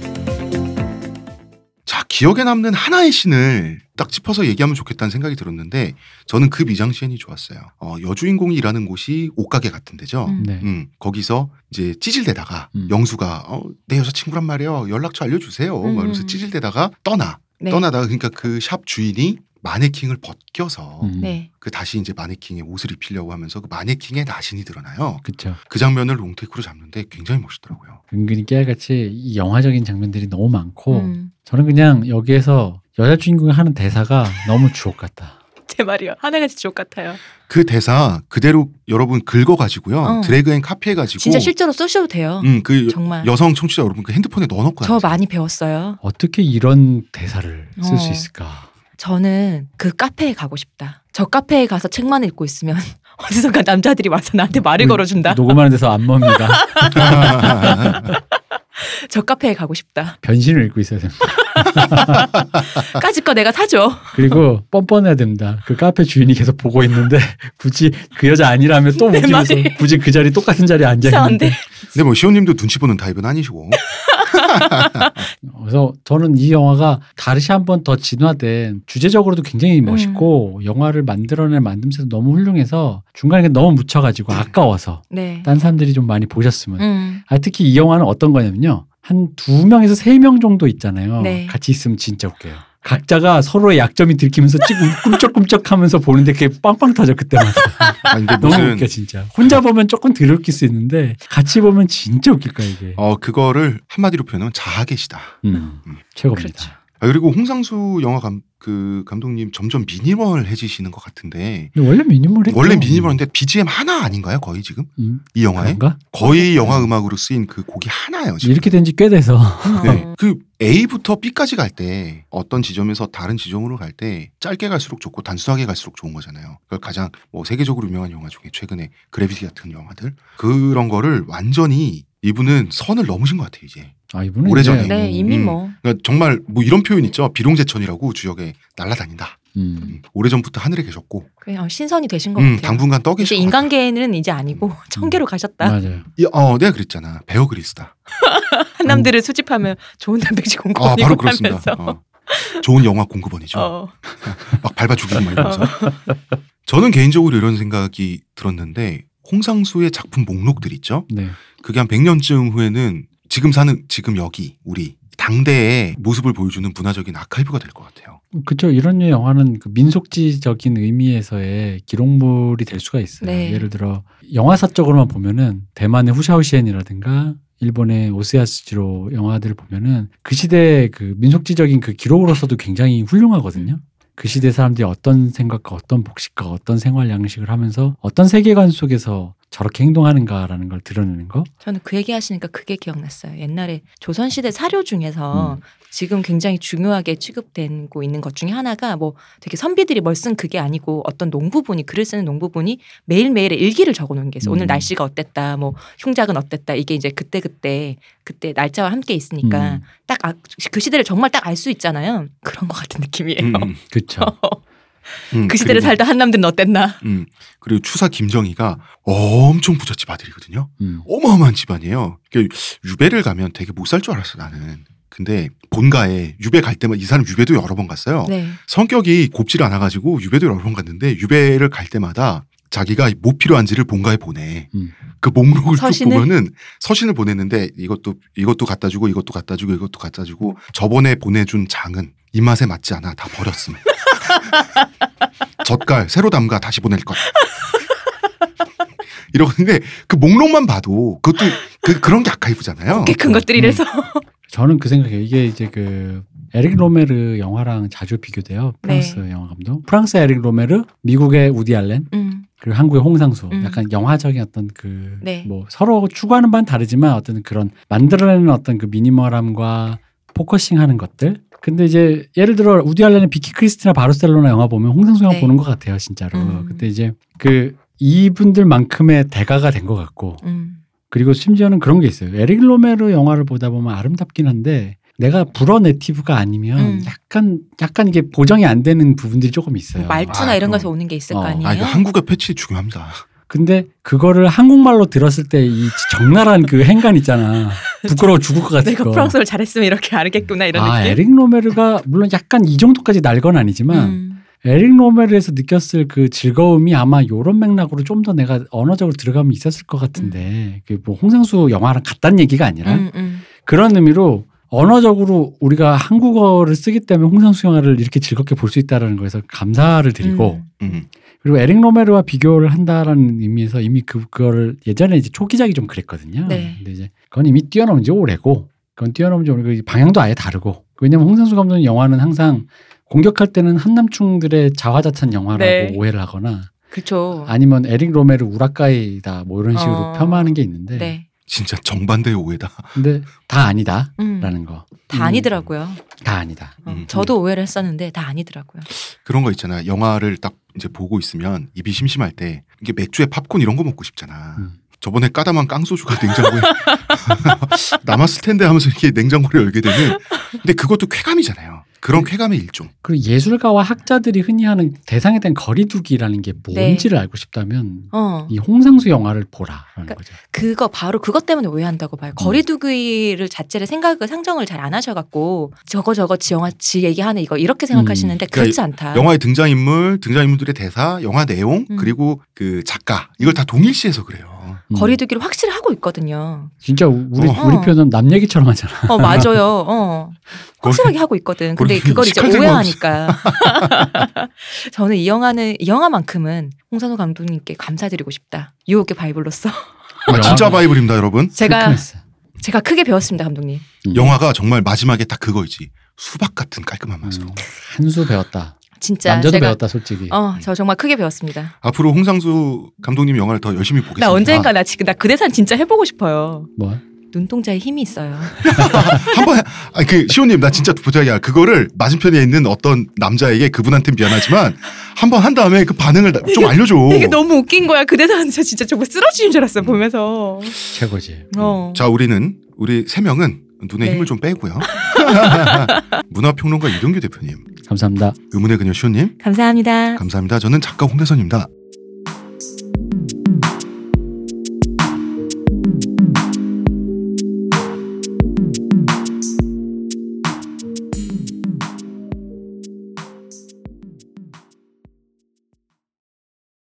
Speaker 1: 자, 기억에 남는 하나의 신을 딱 짚어서 얘기하면 좋겠다는 생각이 들었는데 저는 그 미장시엔이 좋았어요. 어, 여주인공이 일하는 곳이 옷가게 같은 데죠.
Speaker 2: 음.
Speaker 3: 네.
Speaker 1: 음, 거기서 이제 찌질대다가
Speaker 3: 음.
Speaker 1: 영수가 어, 내 여자친구란 말이에요. 연락처 알려주세요. 막 이러면서
Speaker 2: 음.
Speaker 1: 찌질대다가 떠나.
Speaker 2: 네.
Speaker 1: 떠나다가 그러니까 그 샵 주인이 마네킹을 벗겨서
Speaker 3: 음.
Speaker 2: 네.
Speaker 1: 그 다시 이제 마네킹에 옷을 입히려고 하면서 그 마네킹의 나신이 드러나요.
Speaker 3: 그쵸.
Speaker 1: 그 장면을 롱테이크로 잡는데 굉장히 멋있더라고요.
Speaker 3: 은근히 깨알같이 이 영화적인 장면들이 너무 많고
Speaker 2: 음.
Speaker 3: 저는 그냥 여기에서 여자 주인공이 하는 대사가 너무 주옥 같다.
Speaker 2: 제 말이요. 하나같이 주옥 같아요.
Speaker 1: 그 대사 그대로 여러분 긁어가지고요.
Speaker 2: 어.
Speaker 1: 드래그앤 카피해가지고
Speaker 2: 진짜 실제로 쓰셔도 돼요.
Speaker 1: 음, 그
Speaker 2: 정말.
Speaker 1: 여성 청취자 여러분 그 핸드폰에 넣어놓고
Speaker 2: 저
Speaker 1: 다니세요.
Speaker 2: 많이 배웠어요.
Speaker 3: 어떻게 이런 대사를 쓸 수
Speaker 2: 어.
Speaker 3: 있을까?
Speaker 2: 저는 그 카페에 가고 싶다. 저 카페에 가서 책만 읽고 있으면
Speaker 1: 음,
Speaker 3: 뭐
Speaker 2: 어디선가 남자들이 와서 나한테 말을
Speaker 3: 우리
Speaker 2: 걸어준다.
Speaker 3: 녹음하는 데서 안 멉니다.
Speaker 2: 저 카페에 가고 싶다.
Speaker 3: 변신을 읽고 있어야 됩니다.
Speaker 1: 아.
Speaker 2: 까짓 거 내가 사줘.
Speaker 3: 그리고 뻔뻔해야 됩니다. 그 카페 주인이 계속 보고 있는데 굳이 그 여자 아니라면 또
Speaker 2: 내
Speaker 3: 웃기면서
Speaker 2: 말이.
Speaker 3: 굳이 그 자리 똑같은 자리에
Speaker 1: 예,
Speaker 3: 앉아 있는데.
Speaker 2: 이상한데.
Speaker 1: 근데 뭐 시호님도 눈치 보는 타입은 아니시고
Speaker 3: 그래서 저는 이 영화가 다시 한 번 더 진화된 주제적으로도 굉장히
Speaker 2: 음.
Speaker 3: 멋있고 영화를 만들어낸 만듦새도 너무 훌륭해서 중간에 너무 묻혀가지고 아까워서
Speaker 2: 네.
Speaker 3: 딴 사람들이 좀 많이 보셨으면
Speaker 1: 네.
Speaker 2: 음.
Speaker 3: 아, 특히 이 영화는 어떤 거냐면요. 한 두 명에서 세 명 정도 있잖아요.
Speaker 2: 네.
Speaker 3: 같이 있으면 진짜 웃겨요. 각자가 서로의 약점이 들키면서 찌금 꿈쩍꿈쩍 하면서 보는데 그게 빵빵 터져, 그때마다.
Speaker 1: 아 이게
Speaker 3: 너무
Speaker 1: 무슨
Speaker 3: 웃겨, 진짜. 혼자 보면 조금 덜 웃길 수 있는데 같이 보면 진짜 웃길 거야, 이게.
Speaker 1: 어 그거를 한마디로 표현하면 자학계시다.
Speaker 3: 음,
Speaker 1: 음.
Speaker 3: 최고입니다.
Speaker 2: 그렇죠.
Speaker 1: 아, 그리고 홍상수 영화 감, 그 감독님 점점 미니멀해지시는 것 같은데
Speaker 3: 근데 원래 미니멀 했죠.
Speaker 1: 원래 미니멀인데 BGM 하나 아닌가요 거의 지금
Speaker 3: 음,
Speaker 1: 이 영화에
Speaker 3: 그런가?
Speaker 1: 거의 영화 음악으로 쓰인 그 곡이 하나예요 지금.
Speaker 3: 이렇게 아. 된 지 꽤 돼서.
Speaker 2: 어.
Speaker 1: 네. 그 A부터 B까지 갈 때 어떤 지점에서 다른 지점으로 갈 때 짧게 갈수록 좋고 단순하게 갈수록 좋은 거잖아요. 그걸 가장 뭐 세계적으로 유명한 영화 중에 최근에 그래비티 같은 영화들 그런 거를 완전히 이분은 선을 넘으신 것 같아요 이제.
Speaker 3: 아, 이분은
Speaker 1: 오래전에.
Speaker 3: 이제,
Speaker 2: 네, 이미
Speaker 1: 음.
Speaker 2: 뭐.
Speaker 1: 그러니까 정말 뭐 이런 표현 있죠. 비룡제천이라고 주역에 날아다닌다.
Speaker 3: 음,
Speaker 1: 음, 오래전부터 하늘에 계셨고
Speaker 2: 그냥 어, 신선이 되신 것
Speaker 1: 음,
Speaker 2: 같아요.
Speaker 1: 당분간 떠
Speaker 2: 이제
Speaker 1: 계실 것 같다.
Speaker 2: 인간계는 이제 아니고 청계로 가셨다.
Speaker 3: 맞아요.
Speaker 1: 이- 어, 내가 그랬잖아. 베어 그리스다.
Speaker 2: 한남들을 수집하면 좋은 단백질
Speaker 1: 아,
Speaker 2: 공급원이고
Speaker 1: 바로 그렇습니다.
Speaker 2: 하면서.
Speaker 1: 어. 그렇죠. 좋은 영화 공급원이죠.
Speaker 2: 어.
Speaker 1: 막 밟아 죽이고 막 이러면서. 저는 개인적으로 이런 생각이 들었는데 홍상수의 작품 목록들 있죠.
Speaker 3: 네.
Speaker 1: 그게 한 100년쯤 후에는 지금 사는 지금 여기 우리 당대의 모습을 보여주는 문화적인 아카이브가 될 것 같아요.
Speaker 3: 그렇죠. 이런 류의 영화는 그 민속지적인 의미에서의 기록물이 될 수가 있어요.
Speaker 2: 네.
Speaker 3: 예를 들어 영화사 쪽으로만 보면은 대만의 후샤오시엔이라든가 일본의 오세아스지로 영화들을 보면은 그 시대의 그 민속지적인 그 기록으로서도 굉장히 훌륭하거든요. 그 시대 사람들이 어떤 생각과 어떤 복식과 어떤 생활 양식을 하면서 어떤 세계관 속에서 저렇게 행동하는가라는 걸 드러내는 거.
Speaker 2: 저는 그 얘기 하시니까 그게 기억났어요. 옛날에 조선시대 사료 중에서
Speaker 3: 음.
Speaker 2: 지금 굉장히 중요하게 취급되고 있는 것 중에 하나가 뭐 되게 선비들이 뭘 쓴 그게 아니고 어떤 농부분이 글을 쓰는 농부분이 매일매일의 일기를 적어 놓은 게 있어요. 오늘
Speaker 3: 음.
Speaker 2: 날씨가 어땠다, 뭐 흉작은 어땠다. 이게 이제 그때그때 그때 날짜와 함께 있으니까
Speaker 3: 음.
Speaker 2: 딱 그 시대를 정말 딱 알 수 있잖아요. 그런 것 같은 느낌이에요.
Speaker 3: 그렇죠.
Speaker 1: 음,
Speaker 2: 그 시대를
Speaker 1: 그리고-
Speaker 2: 살다 한남들은 어땠나?
Speaker 1: 음, 그리고 추사 김정희가 엄청 부잣집 아들이거든요.
Speaker 3: 음.
Speaker 1: 어마어마한 집안이에요. 그러니까 유배를 가면 되게 못 살 줄 알았어 나는. 근데 본가에 유배 갈 때만 이 사람 유배도 여러 번 갔어요.
Speaker 2: 네.
Speaker 1: 성격이 곱질 않아가지고 유배도 여러 번 갔는데 유배를 갈 때마다 자기가 뭐 필요한지를 본가에 보내.
Speaker 3: 음.
Speaker 1: 그 목록을 쭉
Speaker 2: 서신을?
Speaker 1: 보면은 서신을 보냈는데 이것도 이것도 갖다 주고 이것도 갖다 주고 이것도 갖다 주고 저번에 보내준 장은 입맛에 맞지 않아 다 버렸음. 젓갈 새로 담가 다시 보낼 것. 이러는데 그 목록만 봐도 그것도 그, 그런 게 아카이브잖아요. 음.
Speaker 2: 꽤 큰 것들이라서.
Speaker 3: 저는 그 생각해요. 이게 이제 그 에릭 로메르 영화랑 자주 비교돼요. 프랑스
Speaker 2: 음. 네.
Speaker 3: 영화 감독. 프랑스 에릭 로메르, 미국의 우디 알렌,
Speaker 2: 음.
Speaker 3: 그리고 한국의 홍상수.
Speaker 2: 음.
Speaker 3: 약간 영화적인 어떤 그 뭐
Speaker 2: 네.
Speaker 3: 서로 추구하는 바는 다르지만 어떤 그런 만들어내는 어떤 그 미니멀함과 포커싱하는 것들. 근데 이제 예를 들어 우디 알렌의 비키 크리스티나 바르셀로나 영화 보면 홍상수 영화
Speaker 2: 네.
Speaker 3: 보는 것 같아요, 진짜로.
Speaker 2: 음.
Speaker 3: 근데 이제 그 이분들만큼의 대가가 된 것 같고
Speaker 2: 음.
Speaker 3: 그리고 심지어는 그런 게 있어요. 에릭 로메르 영화를 보다 보면 아름답긴 한데 내가 불어 네티브가 아니면
Speaker 2: 음.
Speaker 3: 약간 약간 이게 보정이 안 되는 부분들이 조금 있어요.
Speaker 2: 말투나
Speaker 1: 아, 그럼.
Speaker 2: 이런 거에서 오는 게 있을
Speaker 3: 네, 어.
Speaker 2: 거
Speaker 3: 아,
Speaker 2: 아니에요?
Speaker 1: 아 이거 한국의 패치 중요합니다.
Speaker 3: 근데 그거를 한국말로 들었을 때 이 적나라한 그 행간 있잖아. 부끄러워 죽을 것 같은
Speaker 2: 내가
Speaker 3: 거.
Speaker 2: 프랑스어를 잘했으면 이렇게 알겠구나 이런
Speaker 3: 아,
Speaker 2: 느낌.
Speaker 3: 에릭 로메르가 물론 약간 이 정도까지 날 건 아니지만
Speaker 2: 음.
Speaker 3: 에릭 로메르에서 느꼈을 그 즐거움이 아마 요런 맥락으로 좀 더 내가 언어적으로 들어가면 있었을 것 같은데 그 뭐 홍상수 영화랑 같다는 얘기가 아니라
Speaker 2: 음, 음.
Speaker 3: 그런 의미로 언어적으로 우리가 한국어를 쓰기 때문에 홍상수 영화를 이렇게 즐겁게 볼 수 있다라는 거에서 감사를 드리고
Speaker 2: 음.
Speaker 1: 음.
Speaker 3: 그리고 에릭 로메르와 비교를 한다라는 의미에서 이미 그걸 예전에 이제 초기작이 좀 그랬거든요.
Speaker 2: 네.
Speaker 3: 근데 이제 그건 이미 뛰어넘은 지 오래고 그건 뛰어넘은 지 오래고 이 방향도 아예 다르고 왜냐면 홍상수 감독의 영화는 항상 공격할 때는 한남충들의 자화자찬 영화라고
Speaker 2: 네.
Speaker 3: 오해를 하거나
Speaker 2: 그렇죠.
Speaker 3: 아니면 에릭 로메르 우라카이다 뭐 이런 식으로
Speaker 2: 어.
Speaker 3: 폄하하는 게 있는데
Speaker 2: 네.
Speaker 1: 진짜 정반대의 오해다.
Speaker 3: 근데 다 아니다라는
Speaker 2: 음.
Speaker 3: 거.
Speaker 2: 다 아니더라고요.
Speaker 3: 다 아니다.
Speaker 2: 어,
Speaker 1: 음.
Speaker 2: 저도 오해를 했었는데 다 아니더라고요.
Speaker 1: 그런 거 있잖아. 영화를 딱 이제 보고 있으면 입이 심심할 때 이게 맥주에 팝콘 이런 거 먹고 싶잖아.
Speaker 3: 음.
Speaker 1: 저번에 까다만 깡소주가 냉장고에 남았을 텐데 하면서 이렇게 냉장고를 열게 되는 근데 그것도 쾌감이잖아요. 그런
Speaker 2: 네.
Speaker 1: 쾌감의 일종.
Speaker 3: 그리고 예술가와 학자들이 흔히 하는 대상에 대한 거리두기라는 게
Speaker 2: 네.
Speaker 3: 뭔지를 알고 싶다면
Speaker 2: 어.
Speaker 3: 이 홍상수 영화를 보라라는
Speaker 2: 그러니까
Speaker 3: 거죠.
Speaker 2: 그거 바로 그것 때문에 오해한다고
Speaker 3: 음.
Speaker 2: 봐요. 거리두기를 자체를 생각을 상정을 잘 안 하셔갖고 저거 저거 지영아 지 얘기하는 이거 이렇게
Speaker 3: 음.
Speaker 2: 생각하시는데
Speaker 3: 그러니까
Speaker 2: 그렇지 않다.
Speaker 1: 영화의 등장인물, 등장인물들의 대사, 영화 내용,
Speaker 2: 아. 음.
Speaker 1: 그리고 그 작가 이걸 다 동일시해서 그래요.
Speaker 3: 음.
Speaker 2: 거리두기를 확실히 하고 있거든요.
Speaker 3: 진짜 우- 우리
Speaker 1: 어.
Speaker 3: 우리 표현은 남 얘기처럼 하잖아.
Speaker 2: 어 맞아요. 어 확실하게 하고 있거든. 근데
Speaker 1: 거기
Speaker 2: 그걸 이제
Speaker 1: 식칼 들고
Speaker 2: 오해하니까 저는 이 영화는 이 영화만큼은 홍산호 감독님께 감사드리고 싶다. 유혹의 바이블로서
Speaker 1: 아, 진짜 바이블입니다, 여러분.
Speaker 2: 제가
Speaker 3: 시크릿스.
Speaker 2: 제가 크게 배웠습니다, 감독님.
Speaker 3: 음.
Speaker 1: 영화가 정말 마지막에 딱 그거이지. 수박 같은 깔끔한 맛으로.
Speaker 3: 음. 한수 배웠다.
Speaker 2: 진짜
Speaker 3: 남자도
Speaker 2: 제가
Speaker 3: 배웠다 솔직히.
Speaker 2: 어저 정말 크게 배웠습니다.
Speaker 1: 앞으로 홍상수 감독님 영화를 더 열심히 보겠습니다.
Speaker 2: 나 언젠가 나 지금 나 그 대사는 진짜 해보고 싶어요.
Speaker 3: 뭐
Speaker 2: 눈동자에 힘이 있어요.
Speaker 1: 한번 아니 그 시호님 나 진짜 부탁이야 그거를 맞은편에 있는 어떤 남자에게 그분한테 미안하지만 한번 한 다음에 그 반응을 나- 좀 알려줘.
Speaker 2: 이게 너무 웃긴 거야. 그 대사는 저 진짜 정말 쓰러지는 줄 알았어요. 보면서.
Speaker 3: 음. 최고지.
Speaker 2: 어.
Speaker 1: 자 우리는 우리 세 명은 눈에
Speaker 2: 네.
Speaker 1: 힘을 좀 빼고요. 문화평론가 이동규 대표님,
Speaker 3: 감사합니다.
Speaker 1: 의문의 그녀 시호님
Speaker 2: 감사합니다.
Speaker 1: 감사합니다. 저는 작가 홍대선입니다.